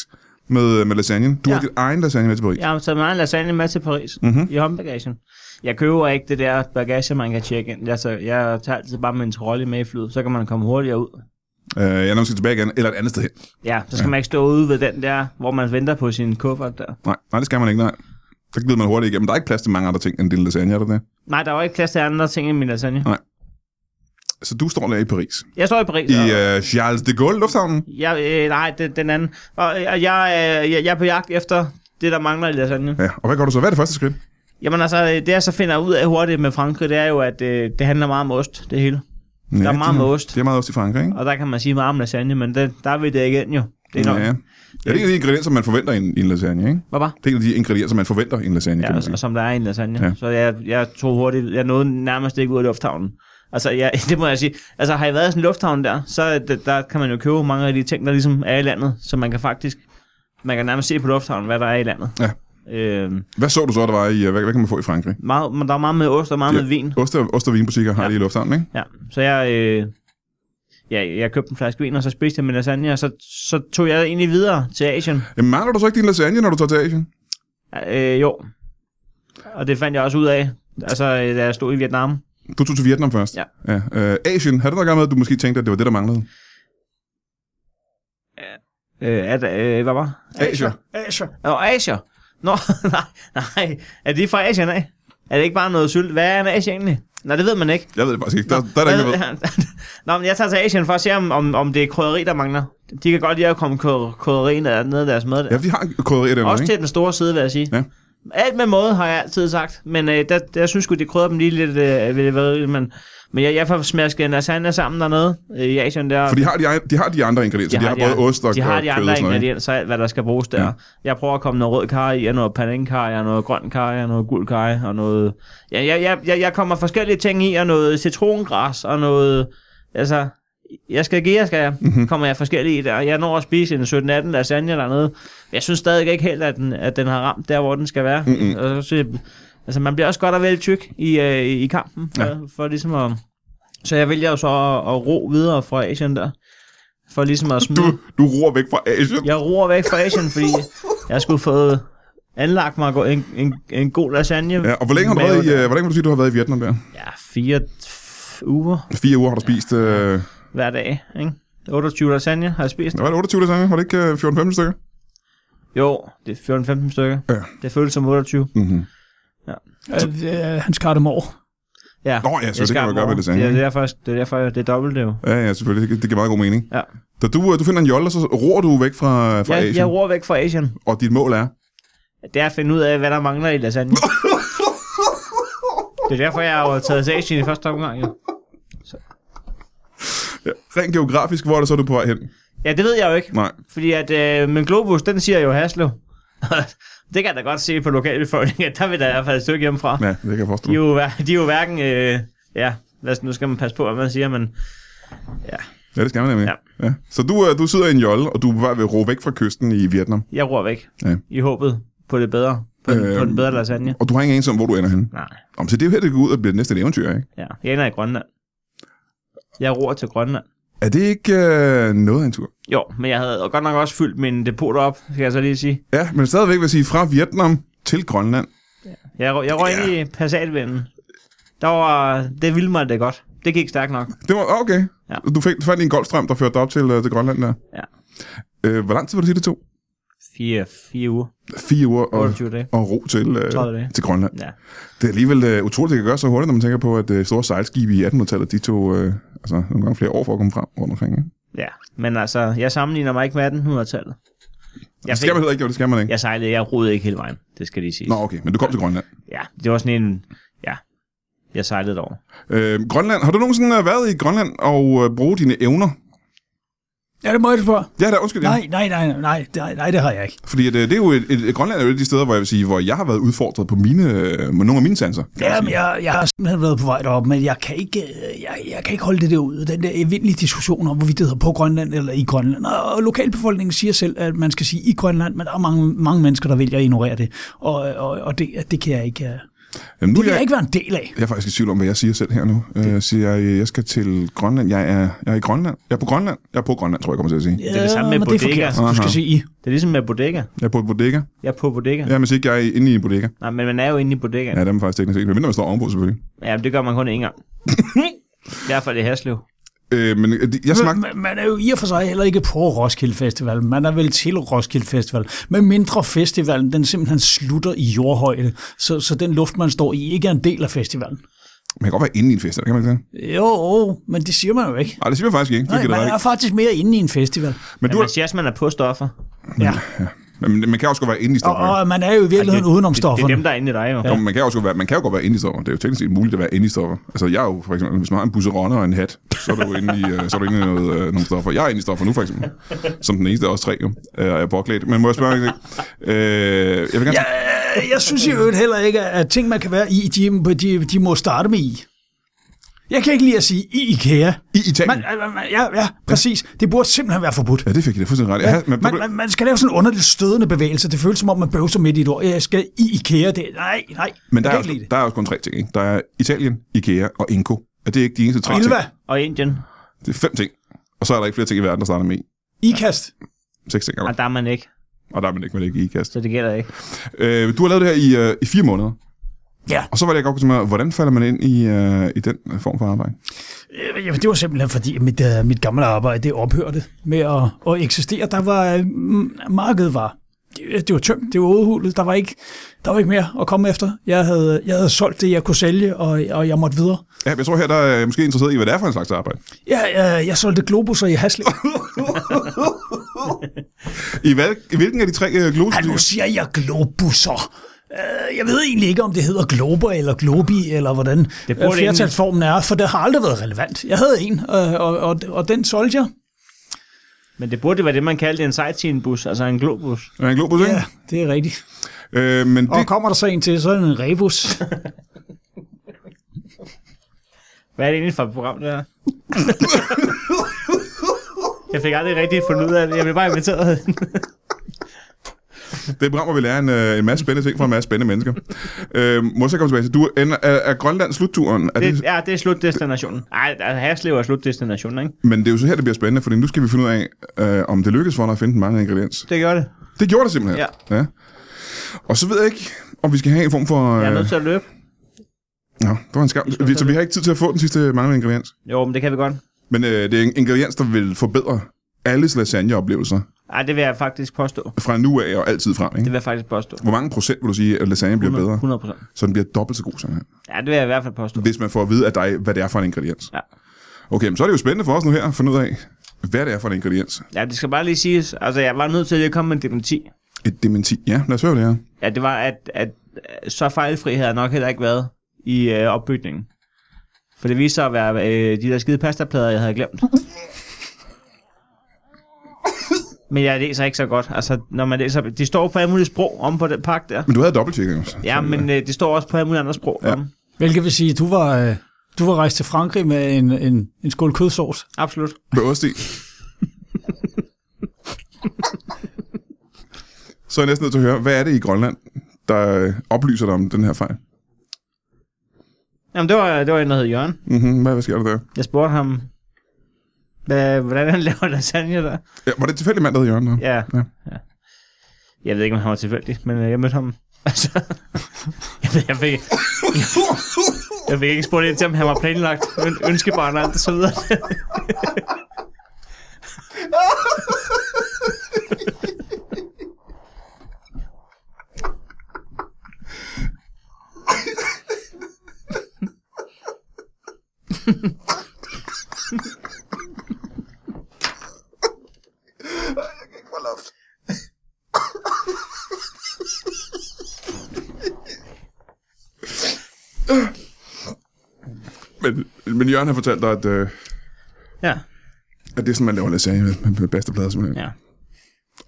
S1: med, med lasagne. Du ja.
S2: Ja.
S1: har din egen lasagne med til Paris.
S2: Jeg har taget meget lasagne med til Paris
S1: Mhm.
S2: mm-hmm. i håndbagagen. Jeg køber ikke det der bagage, man kan tjekke ind. Altså, jeg tager altid bare min trolley med i flyet, så kan man komme hurtigere ud.
S1: Øh, jeg er nok skal tilbage igen, eller et andet sted hen.
S2: Ja, så skal man ikke stå ude ved den der, hvor man venter på sin kuffert der.
S1: Nej, nej, det skal man ikke, nej. Så glider man hurtigt igennem. Der er ikke plads til mange andre ting end din lasagne, er der det?
S2: Nej, der var ikke plads til andre ting end min lasagne.
S1: Så du står der i Paris.
S2: Jeg står i Paris.
S1: I
S2: og-
S1: øh, Charles de Gaulle lufthavnen.
S2: Jeg, øh, nej, det, den anden. Og øh, jeg, øh, jeg, jeg er på jagt efter det, der mangler i lasagne.
S1: Ja, og hvad gør du så? Hvad er det første skridt?
S2: Jamen altså, øh, det jeg så finder ud af hurtigt med Frankrig, det er jo, at øh, det handler meget om ost, det hele.
S1: Ja,
S2: er meget
S1: det
S2: med ost.
S1: Det er meget ost i Frankrig, ikke?
S2: Og der kan man sige meget om lasagne, men det, der er vi det igen jo. Det er nok.
S1: Ja. ja, det er en af de ingredienser, man forventer i en, i en lasagne, ikke?
S2: Hvad var?
S1: Det er en af de ingredienser, man forventer i en lasagne, ja, kan
S2: Ja,
S1: man
S2: og,
S1: sige.
S2: og som der er i en lasagne.
S1: Ja.
S2: Ja. Så jeg, jeg tog hurtigt, jeg nåede nærmest ikke ud af lufthavnen. Altså, jeg, det må jeg sige. Altså, har jeg været i sådan en lufthavn der, så er det, der kan man jo købe mange af de ting, der ligesom er i landet, så man kan faktisk, man kan nærmest se på lufthavnen, hvad der er i landet.
S1: Ja.
S2: Øhm,
S1: Hvad så du så, der var i... øh, Hvad, hvad kan man få i Frankrig?
S2: meget, men der er meget med ost og meget
S1: Ja.
S2: med vin.
S1: Ost og, ost og vinbutikker har ja.
S2: Ja.
S1: de i lufthavnen, ikke?
S2: Ja, så jeg, øh, ja, jeg købte en flaske vin, og så spiste jeg min lasagne, og så, så tog jeg egentlig videre til Asien.
S1: Jamen, mangler du så ikke din lasagne, når du tager til Asien?
S2: Øh, jo. Og det fandt jeg også ud af, altså, øh, da jeg stod i Vietnam.
S1: Du tog til Vietnam først.
S2: Ja.
S1: ja. Øh, Asien, havde det noget at gøre med, at du måske tænkte, at det var det, der manglede?
S2: Øh, at, øh, hvad var?
S1: Asia.
S4: Asia.
S2: Nå, Asia. Nå, nej, nej. Er de fra Asien af? Er det ikke bare noget sylt? Hvad er en Asia egentlig? Nej, det ved man ikke.
S1: Jeg ved det faktisk ikke. Der, der er der ikke, der ved.
S2: Nå, men jeg tager til Asien for at se, om, om, om det er krydderi, der mangler. De kan godt lide at komme kryd- krydderi ned ned af deres mad.
S1: Ja, de har en krydderi der,
S2: Også
S1: ikke?
S2: til den store side, vil jeg sige.
S1: Ja.
S2: Alt med måde, har jeg altid sagt. Men øh, der, der synes sgu, de krydder dem lige lidt. Øh, ved det, hvad, men, men jeg, jeg får smasket en lasagne sammen dernede øh, i Asien. Der,
S1: For de har de, de, har de andre ingredienser. De, de har, både ost og
S2: de har de
S1: og kød
S2: andre
S1: og sådan noget, ikke? Mm.
S2: ingredienser, alt hvad der skal bruges der.
S1: Ja.
S2: Ja. Jeg prøver at komme noget rød kaj i, og noget panenkarry, og noget grøn kaj, og noget gul kaj, og noget... Ja, jeg, jeg, jeg, jeg kommer forskellige ting i, og noget citrongræs, og noget... Altså, jeg skal agere, skal jeg.
S1: Mhm.
S2: Mm-hmm. Kommer jeg forskellige der. Jeg når at spise en 17-18 lasagne eller noget. Jeg synes stadig ikke helt, at den, at den har ramt der, hvor den skal være. Mm-hmm. Og så, altså, man bliver også godt og vel tyk i, øh, i kampen. Ja. For, for ligesom at, så jeg vælger jo så at, at ro videre fra Asien der. For ligesom at smide...
S1: Du, du roer væk fra Asien.
S2: Jeg roer væk fra Asien, fordi jeg skulle få anlagt mig at gå en, en, en god lasagne.
S1: Ja, og hvor længe har du
S2: mave
S1: været i,
S2: der.
S1: øh, hvor længe må du sige, du har været i Vietnam der?
S2: Ja, fire f- uger
S1: Fire uger har du spist... Øh,
S2: hver dag, ikke? 28 lasagne har jeg spist.
S1: hvad var det, 28 lasagne? Var det ikke øh, 14-15 stykker?
S2: Jo, det er 14-15 stykker.
S1: Ja.
S2: Det føles som 28.
S1: Mm-hmm.
S4: Øh, øh, Hans Kartemor.
S2: Ja.
S1: Nå ja, så det kan
S2: skal
S1: man jo gøre ved
S2: over.
S1: lasagne,
S2: Det er
S1: ikke?
S2: derfor, det er derfor, det er dobbelt det er jo.
S1: Ja, ja, selvfølgelig. Det, det giver meget god mening.
S2: Ja.
S1: Da du, øh, du finder en jolle, og så roer du væk fra, fra
S2: Jeg,
S1: Asien,
S2: jeg roer væk fra Asien.
S1: og dit mål er...
S2: Det er at finde ud af, hvad der mangler i lasagne. det er derfor, jeg har jo taget til Asien i første omgang, jo.
S1: Rent geografisk, hvor er det så, du er på vej hen?
S2: Ja, det ved jeg jo ikke.
S1: Nej.
S2: Fordi at, øh, men Globus, den siger jo Haslev. det kan jeg da godt se på lokalbefolkningen, at der vil der i hvert fald et stykke hjemmefra.
S1: Ja, det kan jeg forstå.
S2: De er jo, hver- de er jo hverken... Øh, ja, lad os, nu skal man passe på, hvad man siger, men...
S1: Ja, det skal man nemlig.
S2: Ja.
S1: Ja. Så du, øh, du sidder i en jolle, og du er på vej ved at ro væk fra kysten i Vietnam.
S2: Jeg roer væk.
S1: Ja.
S2: I håbet på det bedre. På, øh, på
S1: Øhm.
S2: den bedre lasagne.
S1: Og du har ingen anelse om, hvor du ender henne.
S2: Nej,
S1: Om, så det er jo her, det går ud og bliver det næste eventyr, ikke?
S2: ja. Jeg ender i Grønland. Jeg roer til Grønland.
S1: Er det ikke øh, noget af en tur?
S2: Jo, men jeg havde godt nok også fyldt min depot op, skal jeg så lige sige.
S1: Ja, men stadigvæk vil jeg sige, fra Vietnam til Grønland.
S2: Jeg, rø- jeg røg
S1: Ja.
S2: yeah. ind i Passatvinden. Der var, det ville mig det godt. Det gik stærkt nok.
S1: Det var okay.
S2: Ja.
S1: Du, fik, du fandt en golfstrøm, der førte dig op til, øh, til Grønland der.
S2: Ja.
S1: Øh, hvor lang tid vil du sige, det tog?
S2: Fire, fire uger.
S1: Fire uger og,
S2: 28 dage.
S1: og ro til,
S2: Tredive dage.
S1: øh, til Grønland.
S2: Ja.
S1: Det er alligevel øh, utroligt, det kan gøre så hurtigt, når man tænker på, at øh, store sejlskibe i 1800-tallet, de tog øh, altså, nogle gange flere år for at komme frem rundt omkring. Ikke?
S2: ja. Men altså, jeg sammenligner mig ikke med 1800-tallet. Jeg,
S1: Det Altså, skal man
S2: fik,
S1: heller ikke, jo, det skal man ikke.
S2: jeg sejlede, jeg rodede ikke hele vejen. Det skal lige sige.
S1: Nå, okay, men du kom til Grønland.
S2: Ja, det var sådan en... Ja, jeg sejlede derovre.
S1: Øh, Grønland. Har du nogensinde øh, været i Grønland og øh, brugt dine evner?
S4: Ja, det må jeg spørge.
S1: Ja, da, undskyld. Ja.
S4: Nej, nej, nej, nej, nej, nej, det har jeg ikke.
S1: Fordi at, øh, det er jo et, et, et, Grønland er jo et af de steder, hvor jeg vil sige, hvor jeg har været udfordret på mine, øh, med nogle af mine sanser. kan man
S4: Ja,
S1: sige.
S4: men jeg, jeg har simpelthen været på vej derop, men jeg kan ikke, øh, jeg, jeg kan ikke holde det der ud. Den der evindelige diskussion om, hvorvidt det hedder på Grønland eller i Grønland. Og, og lokalbefolkningen siger selv, at man skal sige i Grønland, men der er mange, mange mennesker, der vælger at ignorere det. Og, og, og det, det kan jeg ikke, øh, det
S1: Jamen, nu er
S4: kan jeg
S1: jeg,
S4: ikke være en del af.
S1: jeg er faktisk i tvivl om, hvad jeg siger selv her nu. Øh, Jeg siger, jeg, jeg skal til Grønland. Jeg er, jeg er i Grønland. Jeg er på Grønland. Jeg er på Grønland, tror jeg, jeg kommer til at sige.
S2: Det er det samme med
S4: Øh, men det er
S2: bodega.
S4: forkert. Du
S1: Aha.
S4: skal sige i.
S2: Det er ligesom med bodega.
S1: Jeg er på et bodega.
S2: Jeg er på bodega. Ja.
S1: Ja, men så ikke jeg er inde i en bodega.
S2: Nej, men man er jo inde i bodegaen.
S1: Ja,
S2: Ja.
S1: dem er faktisk teknisk set. Men mindre, man står ovenpå, selvfølgelig.
S2: ja, men det gør man kun én gang. Derfor er det Haslev.
S1: Øh, men øh, det- jeg smagte...
S4: Man, man er jo i og for sig heller ikke på Roskilde Festival. Man er vel til Roskilde Festival. Men mindre festivalen, den simpelthen slutter i jordhøjde. Så, så den luft, man står i, ikke er en del af festivalen.
S1: Man kan godt være inde i en fest, eller kan man ikke det?
S4: Jo, men det siger man jo ikke.
S1: Nej, det siger man faktisk ikke. Det
S4: Nej,
S1: giver det
S4: man
S1: ret
S4: er
S1: ikke.
S4: faktisk mere inde i en festival.
S1: Men,
S2: Men
S1: du,
S2: man siger også, man er på stoffer.
S4: Ja.
S1: men man kan også godt være inde i
S4: Og,
S1: stoffet. ikke?
S4: og man er jo i virkeligheden
S2: det,
S4: udenom
S2: det, det,
S4: stofferne.
S2: er dem, der er inde i dig, jo.
S1: Jo, men man kan, også godt være, man kan jo godt være inde i stoffer. Det er jo teknisk set muligt at være inde i stoffer. Altså, jeg er jo for eksempel, hvis man har en busseronne og en hat, så er du inde i, øh, så er du inde i noget, øh, nogle stoffer. Jeg er inde i stoffer nu, for eksempel. Som den eneste af os tre, jo. Øh, og jeg er påklædt. Men må jeg spørge, ikke? Øh, jeg vil gerne... Ja.
S4: Øh, Jeg synes i øvrigt heller ikke, at ting, man kan være i, de, de, de må starte med i. Jeg kan ikke lide at sige i IKEA.
S1: I Italien.
S4: Man, man, man- ja, ja, præcis. Det burde simpelthen være forbudt.
S1: Ja, det fik jeg da fuldstændig ret. i. Ja, men,
S4: Man, man, man skal lave sådan en underligt stødende bevægelse. Det føles som om, man bøvser midt i et ord. Jeg skal i IKEA. Det. Nej, nej.
S1: men der, er
S4: jeg kan ikke
S1: også,
S4: lide det.
S1: der er også kun tre ting, ikke? Der er Italien, Ikea og Inco. Er det ikke de eneste tre
S4: Ilva,
S1: ting?
S2: Og Indien,
S1: Det er fem ting. Og så er der ikke flere ting i verden, der starter med I.
S4: ikast.
S1: Seks ting, er
S2: og
S1: der.
S2: der er man ikke.
S1: Og der er man ikke med det ikke i kast.
S2: Så det gælder ikke.
S1: Øh, du har lavet det her i, øh, i fire måneder.
S4: Ja.
S1: Og så var det, jeg godt kunne tænke mig, hvordan falder man ind i, øh, i den form for arbejde?
S4: Øh, Jamen, det var simpelthen fordi, at mit, uh, mit gamle arbejde det ophørte med at, at eksistere. Der var, øh, mm, markedet var, det, det var tømt, det var udhulet, der var ikke, der var ikke mere at komme efter. Jeg havde, jeg havde solgt det, jeg kunne sælge, og, og jeg måtte videre.
S1: Ja, men jeg tror her, der er måske interesseret i, hvad det er for en slags arbejde.
S4: Jeg, jeg, jeg solgte globusser i Hasle.
S1: I, hvad, i hvilken af de tre øh,
S4: Ej, nu
S1: globus?
S4: siger jeg globusser. Øh, Jeg ved egentlig ikke, om det hedder glober eller globi, eller hvordan
S2: Det burde
S4: øh, flertalsformen er, for det har aldrig været relevant. Jeg havde en, øh, og, og, og den solgte jeg.
S2: Men det burde være det, man kaldte en sightseeing-bus, altså en globus.
S1: Er det en globus, ikke?
S4: Ja, det er rigtigt.
S1: Øh, men det,
S4: Og kommer der så en til, så er det en rebus.
S2: Hvad er det egentlig for et program, det her? Jeg fik aldrig rigtig fundet ud af det. Jeg blev bare inviteret.
S1: Det program, hvor vi lærer en, øh, en masse spændende ting fra en masse spændende mennesker. Øh, må jeg så komme tilbage til, du er, er, er Grønland slutturen? Er det,
S2: det, ja, det er slutdestinationen. Nej, altså, Haslev er slutdestinationen, ikke?
S1: Men det er jo så her, det bliver spændende, fordi nu skal vi finde ud af, øh, om det lykkes for dig at finde den mange ingrediens.
S2: Det gør det.
S1: Det gjorde det simpelthen. Ja. ja. Og så ved jeg ikke, om vi skal have en form for... Øh...
S2: Jeg er nødt til at løbe.
S1: Nå, det var en skam. Vi, så vi har ikke tid til at få den sidste manglende ingrediens.
S2: Jo, men det kan vi godt.
S1: Men øh, det er en ingrediens, der vil forbedre alles lasagneoplevelser
S2: Nej, det vil jeg faktisk påstå.
S1: fra nu af og altid frem.
S2: Det
S1: Ikke?
S2: vil jeg faktisk påstå.
S1: Hvor mange procent vil du sige, at lasagne bliver
S2: 100,
S1: bedre,
S2: 100 procent.
S1: så den bliver dobbelt så god simpelthen?
S2: Ja, det vil jeg i hvert fald påstå.
S1: Hvis man får at vide af dig, hvad det er for en ingrediens.
S2: Ja.
S1: Okay, men så er det jo spændende for os nu her at finde ud af, hvad det er for en ingrediens.
S2: Ja, det skal bare lige siges. Altså, jeg var nødt til lige at komme med en dementi.
S1: Et dementi. Ja, lad os høre hvad det her.
S2: Ja, det var, at, at øh, så fejlfri havde jeg nok heller ikke været i øh, opbygningen. For det viste sig at være øh, de der skide pastaplader, jeg havde glemt. Men jeg læser ikke så godt. Altså, når man læser, de står på alle mulige sprog om på den pakke der.
S1: Men du havde dobbelttjekket også.
S2: Ja, men øh, de står også på alle mulige andre sprog. Ja. Om.
S4: Hvilket vil sige, at du var, øh, du var rejst til Frankrig med en, en, en skål kødsovs.
S2: Absolut.
S1: Med ost i. så er jeg næsten nødt til at høre, hvad er det i Grønland, der øh, oplyser dig om den her fejl?
S2: Jamen, det var, det var en, der hed Jørgen.
S1: Mm-hmm. Hvad, hvad sker der der?
S2: Jeg spurgte ham, hvad, hvordan han laver lasagne der.
S1: Ja, var det en tilfældig mand, der hedder Jørgen? der?
S2: Ja.
S1: Ja.
S2: ja. Jeg ved ikke, om han var tilfældig, men øh, jeg mødte ham. Altså, jeg, ved, jeg, fik, jeg, jeg fik ikke spurgt ind til, om han var planlagt ø- ønskebarn og alt det så videre.
S1: Men, men Jørgen har fortalt dig, at, øh,
S2: Ja,
S1: at det er sådan, man laver lasagne med, med, med pastaplader simpelthen.
S2: ja.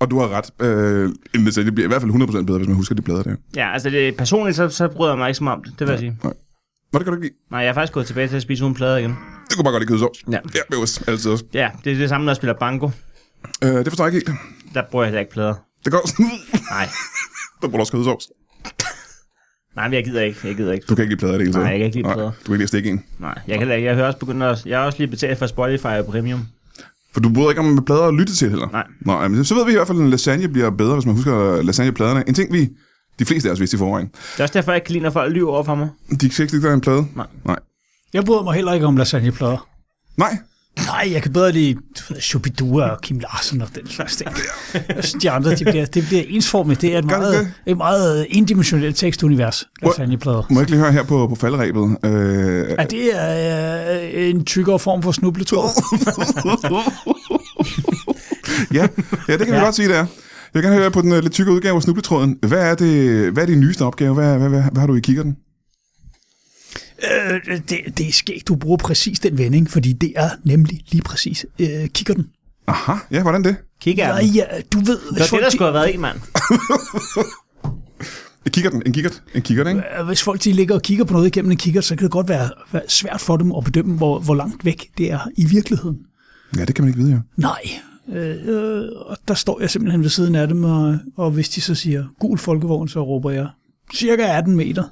S1: Og du har ret. Øh, en lasagne bliver i hvert fald 100% bedre, hvis man husker de blader der.
S2: Ja, altså det, personligt, så, så bryder jeg mig ikke så meget om det, det vil jeg sige.
S1: Nå, det kan du ikke lide.
S2: Nej, jeg er faktisk gået tilbage til at spise uden plader igen.
S1: Det kunne bare godt lide kødsovs.
S2: Ja.
S1: Ja, med ost. Altid også.
S2: Ja, det er det samme, når jeg spiller banko.
S1: Øh, det forstår jeg ikke helt.
S2: Der bruger jeg heller ikke plader.
S1: Det går sådan.
S2: Nej,
S1: der bruger du også kødsovs.
S2: nej, men jeg gider ikke, jeg gider ikke.
S1: Du kan ikke lide plader i det hele taget.
S2: Nej, jeg kan ikke lide
S1: Nej,
S2: plader.
S1: Du kan ikke lide at stikke en.
S2: Nej, jeg kan heller ikke. Jeg hører også begyndt at, jeg har også lige betalt for Spotify og Premium.
S1: For du bryder ikke om med plader at lytte til heller.
S2: Nej.
S1: Nej, men så ved vi i hvert fald, at lasagne bliver bedre, hvis man husker lasagnepladerne. En ting, vi de fleste af os vidste i forvejen.
S2: Det er også derfor, jeg ikke kan lide, når folk lyver over for mig.
S1: De kan ikke lide, der er en plade.
S2: Nej.
S1: Nej.
S4: Jeg bryder mig heller ikke om lasagneplader.
S1: Nej.
S4: Nej, jeg kan bedre lide du ved, Shubidua og Kim Larsen og den slags ting. Jeg synes, de andre, det bliver, det bliver ensformigt. Det er et
S1: Gør det
S4: meget, et meget endimensionelt tekstunivers, lasagneplader.
S1: Må jeg ikke lige høre her på, på faldrebet? Øh,
S4: Ja, det er øh, en tykkere form for snubletur.
S1: ja. ja, det kan vi godt sige, det er. Jeg kan høre på den øh, lidt tykke udgave af snubletråden. Hvad er, det, hvad er din nyeste opgave? Hvad, hvad, hvad, hvad har du i kikkerten?
S4: Øh, det, det er skægt, du bruger præcis den vending, fordi det er nemlig lige præcis øh, kigger den.
S1: Aha, ja, hvordan det?
S2: Kig af
S4: Ja,
S2: dem.
S4: ja, du ved...
S2: Det
S4: Hvis
S2: var det,
S4: folk,
S2: der skulle have været i, mand.
S1: En kikkerten, en kikkert, en kikkert, ikke?
S4: de, øh, hvis folk de ligger og kigger på noget igennem en kigger, så kan det godt være, være svært for dem at bedømme, hvor, hvor langt væk det er i virkeligheden.
S1: Ja, det kan man ikke vide, jo.
S4: Nej. Øh, øh, og der står jeg simpelthen ved siden af dem, og, og hvis de så siger gul folkevogn, så råber jeg cirka 18 meter.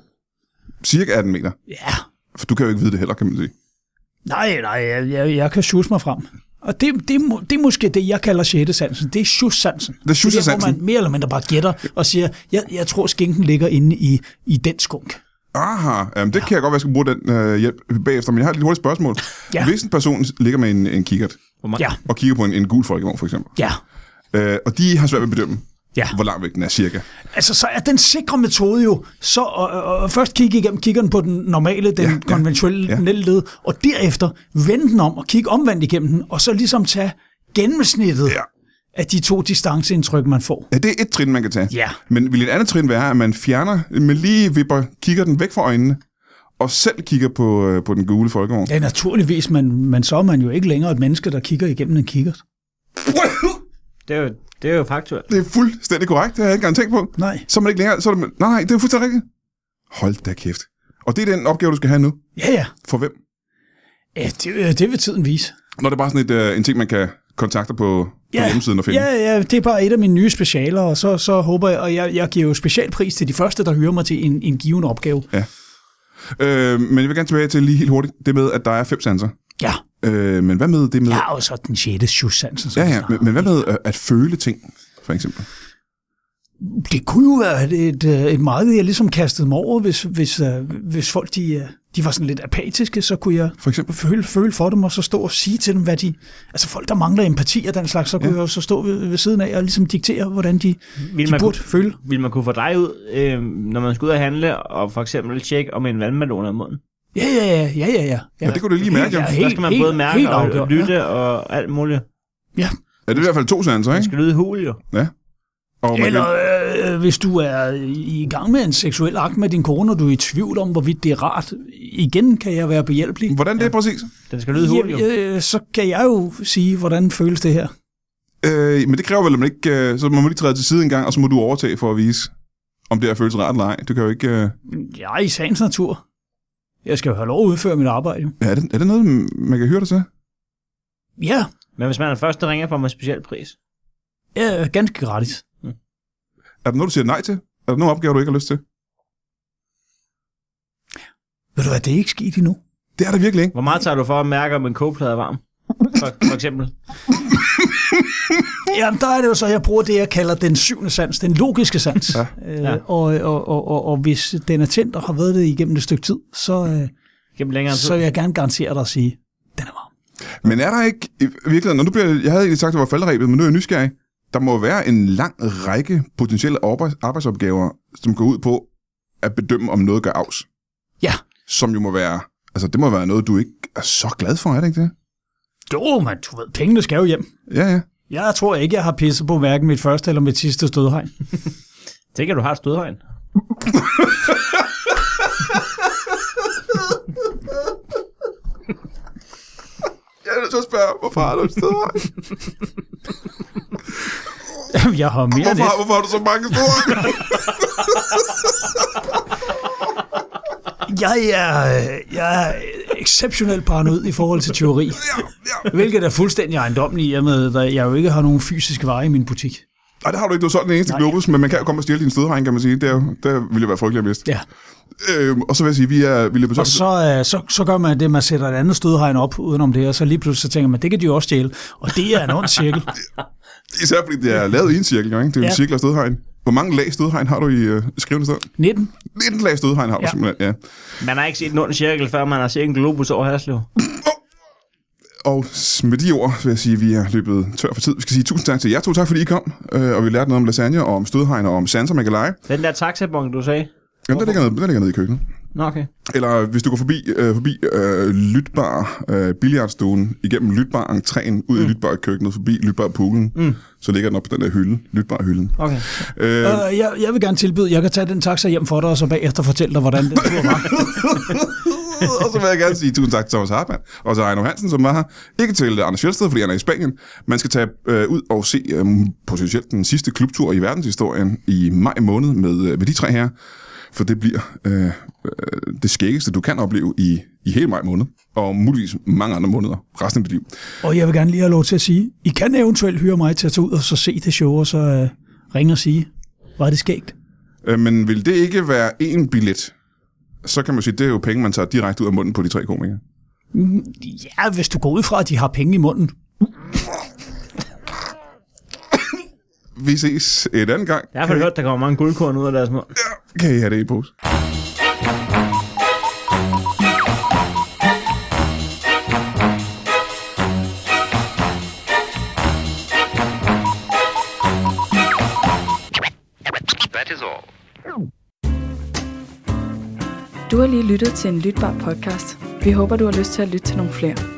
S1: Cirka 18 meter.
S4: Ja,
S1: For du kan jo ikke vide det heller, kan man sige.
S4: nej, nej, jeg, jeg, jeg kan sjusse mig frem. Og det, det, er må- det er måske det, jeg kalder sjette sansen. Det er sjussansen.
S1: Det er
S4: der, hvor
S1: sjussesansen.
S4: man mere eller mindre bare gætter og siger, jeg, jeg tror, skinken ligger inde i, i den skunk.
S1: Aha, jamen, det kan jeg godt være, jeg skal bruge den øh, hjælp bagefter, men jeg har et lidt hurtigt spørgsmål.
S4: Ja.
S1: Hvis en person ligger med en, en kikkert
S2: Hvor mange?
S4: Ja,
S1: og kigger på en, en gul folkevogn, for eksempel,
S4: ja.
S1: øh, og de har svært ved at bedømme,
S4: Ja.
S1: hvor langt væk den er cirka.
S4: Altså, så er den sikre metode jo, så at, at først kigge igennem kiggeren på den normale, den
S1: Ja,
S4: ja,
S1: ja,
S4: ja, konventionelle
S1: ja.
S4: ja. led, og derefter vende den om og kigge omvendt igennem den, og så ligesom tage gennemsnittet
S1: Ja.
S4: ja. af de to distanceindtryk, man får.
S1: Ja, det er et trin, man kan tage.
S4: Ja.
S1: Men vil et andet trin være, at man fjerner, man lige vipper, kigger den væk fra øjnene, og selv kigger på, øh, på den gule folkevogn?
S4: Ja, naturligvis, men, men så er man jo ikke længere et menneske, der kigger igennem en kikkert.
S2: Det er jo, det er jo faktuelt.
S1: Det er fuldstændig korrekt, det har jeg ikke engang tænkt på.
S4: Nej.
S1: Så er man ikke længere, så er det, nej, nej, det er fuldstændig rigtigt. Hold da kæft. Og det er den opgave, du skal have nu.
S4: Ja, ja.
S1: For hvem?
S4: ja det, øh, det vil tiden vise.
S1: Når det er bare sådan et, øh, en ting, man kan kontakter på, på hjemmesiden og finde.
S4: ja, ja, det er bare et af mine nye specialer, og så, så håber jeg, og jeg, jeg giver jo specialpris til de første, der hører mig til en, en given opgave.
S1: Øh, men jeg vil gerne tilbage til lige helt hurtigt det med, at der er fem sanser.
S4: Ja,
S1: Øh, men hvad med det med...
S4: jeg har jo så den sjette sjussansen.
S1: ja, ja men, men hvad med øh, at føle ting, for eksempel?
S4: Det kunne jo være et, et, øh, et marked, jeg ligesom kastede mig over, hvis, hvis, øh, hvis folk de, øh, de var sådan lidt apatiske, så kunne jeg
S1: For eksempel?
S4: føle, føle for dem, og så stå og sige til dem, hvad de... Altså folk, der mangler empati og den slags, så kunne ja. jeg jo så stå ved, ved siden af og ligesom diktere, hvordan de,
S2: Vil
S4: de
S2: man,
S4: burde
S2: kunne,
S4: føle.
S2: vil man kunne få dig ud, øh, når man skal ud og handle, og for eksempel tjekke, om en vandmelon er i munden?
S4: Ja, ja, ja, ja, ja, ja.
S1: Ja, det kunne du lige mærke, jo.
S4: Ja,
S2: Helt, der skal man
S4: helt-
S2: både mærke
S4: helt
S2: og, og
S4: afgjort,
S2: lytte ja. og alt muligt.
S4: Ja.
S1: Ja, det er i hvert fald to sanser,
S2: Man
S1: ikke?
S2: skal lyde hul, jo.
S1: Ja. Og man
S4: Eller
S1: kan,
S4: øh, hvis du er i gang med en seksuel akt med din kone, og du er i tvivl om, hvorvidt det er rart, igen kan jeg være behjælpelig.
S1: hvordan det er præcis?
S2: Den skal lyde hul, jo.
S4: Ja, øh, så kan jeg jo sige, hvordan føles det her.
S1: Øh, men det kræver vel, at man ikke... Øh, så må man lige træde til side en gang, og så må du overtage for at vise, om det her føles rart eller ej. Du kan jo ikke... Øh,
S4: Jeg er i sagens natur. Jeg skal jo have lov at udføre mit arbejde.
S1: er, det, er det noget, man kan høre dig til?
S4: Ja,
S2: Men hvis man er den første, der ringer på med speciel pris.
S4: ja ganske gratis.
S1: Er der noget, du siger nej til? Er der nogle opgaver, du ikke har lyst til?
S4: Ved du hvad, det er ikke sket endnu.
S1: Det er der virkelig ikke.
S2: Hvor meget tager du for at mærke, om en kogeplade er varm? For, for eksempel.
S4: Jamen, der er det jo så, jeg bruger det, jeg kalder den syvende sans, den logiske sans. Ja. Øh,
S2: Ja.
S4: Og, og, og, og, og hvis den er tændt og har været det igennem et stykke tid, så, øh,
S2: Gennem længere tid.
S4: så vil jeg gerne garantere dig at sige, den er varm.
S1: Men er der ikke... I virkeligheden, når du bliver, jeg havde egentlig sagt, at det var faldrebet, men nu er jeg nysgerrig. Der må være en lang række potentielle arbejds- arbejdsopgaver, som går ud på at bedømme, om noget gør afs.
S4: Ja.
S1: Som jo må være... Altså, det må være noget, du ikke er så glad for, er det ikke det?
S4: Jo, men du ved, pengene skal jo hjem.
S1: Ja, ja.
S4: Jeg tror ikke, jeg har pisset på hverken mit første eller mit sidste stødhegn.
S2: Tænker du har et stødhøjen?
S1: Jeg er nødt til at spørge, hvorfor har du et sted?
S4: Jeg har mere end
S1: Hvorfor,
S4: et.
S1: hvorfor har du så mange steder?
S4: Jeg er, øh, jeg er exceptionelt paranoid i forhold til teori.
S1: ja, ja.
S4: Hvilket er fuldstændig ejendommeligt, i og med, at jeg jo ikke har nogen fysiske varer i min butik.
S1: Nej, det har du ikke. Du har solgt den eneste globus, men man kan jo komme og stjæle din stedregn, kan man sige. Det, er jo, det ville jo være frygteligt at miste.
S4: Ja.
S1: Øhm, og så vil jeg sige, vi er... Vi løber
S4: Og så, øh, så, så gør man det, man sætter et andet stødhegn op udenom det, og så lige pludselig så tænker man, det kan de jo også stjæle. Og det er en ond cirkel.
S1: Især fordi det er lavet i en cirkel, jo, ikke? Det er jo ja.
S4: Ja.
S1: en cirkel af stødhegn. Hvor mange lag stødhegn har du i øh, skrivende sted?
S4: 19.
S1: 19 lag stødhegn har du ja.
S4: Ja.
S1: simpelthen, ja.
S2: Man har ikke set en ond cirkel, før man har set en globus over Haslev.
S1: Og s- med de ord vil jeg sige, at vi er løbet tør for tid. Vi skal sige tusind tak til jer to. Tak fordi I kom. Øh, og vi lærte noget om lasagne og om stødhegn og om sanser, man kan lege.
S2: Den der taxabong, du sagde.
S1: Jamen, der ligger, nede, der ligger nede i køkkenet.
S2: Nå, okay.
S1: Eller hvis du går forbi, øh, forbi øh, Lytbar, øh, billiardstuen, igennem Lytbar entréen, ud mm. i Lytbar køkkenet, forbi Lytbar poolen, mm. så ligger den op på den der hylde, Lytbar hylden.
S2: okay.
S1: Øh,
S4: Øh, jeg, jeg vil gerne tilbyde, jeg kan tage den taxa hjem for dig, og så bagefter fortælle dig, hvordan den tur var.
S1: og så vil jeg gerne sige tusind tak til Thomas Hartmann og til Ejno Hansen, som var her. Ikke til øh, Anders Fjeldsted, fordi han er i Spanien. Man skal tage øh, ud og se øh, potentielt den sidste klubtur i verdenshistorien i maj måned med, øh, med de tre her. For det bliver øh, øh, det skæggeste, du kan opleve i, i hele maj måned. Og muligvis mange andre måneder resten af dit liv.
S4: Og jeg vil gerne lige have lov til at sige, I kan eventuelt hyre mig til at tage ud og så se det show, og så øh, ringe og sige, var det skægt?
S1: Øh, men vil det ikke være én billet, så kan man sige, det er jo penge, man tager direkte ud af munden på de tre komikere.
S4: Ja, hvis du går ud fra, at de har penge i munden.
S1: Vi ses et andet gang.
S2: Jeg har i hvert fald hørt, der kommer mange guldkorn ud af deres mund.
S1: Kan I have det i pose?
S6: That is all.
S7: Du har lige lyttet til en lytbar podcast. Vi håber, du har lyst til at lytte til nogle flere.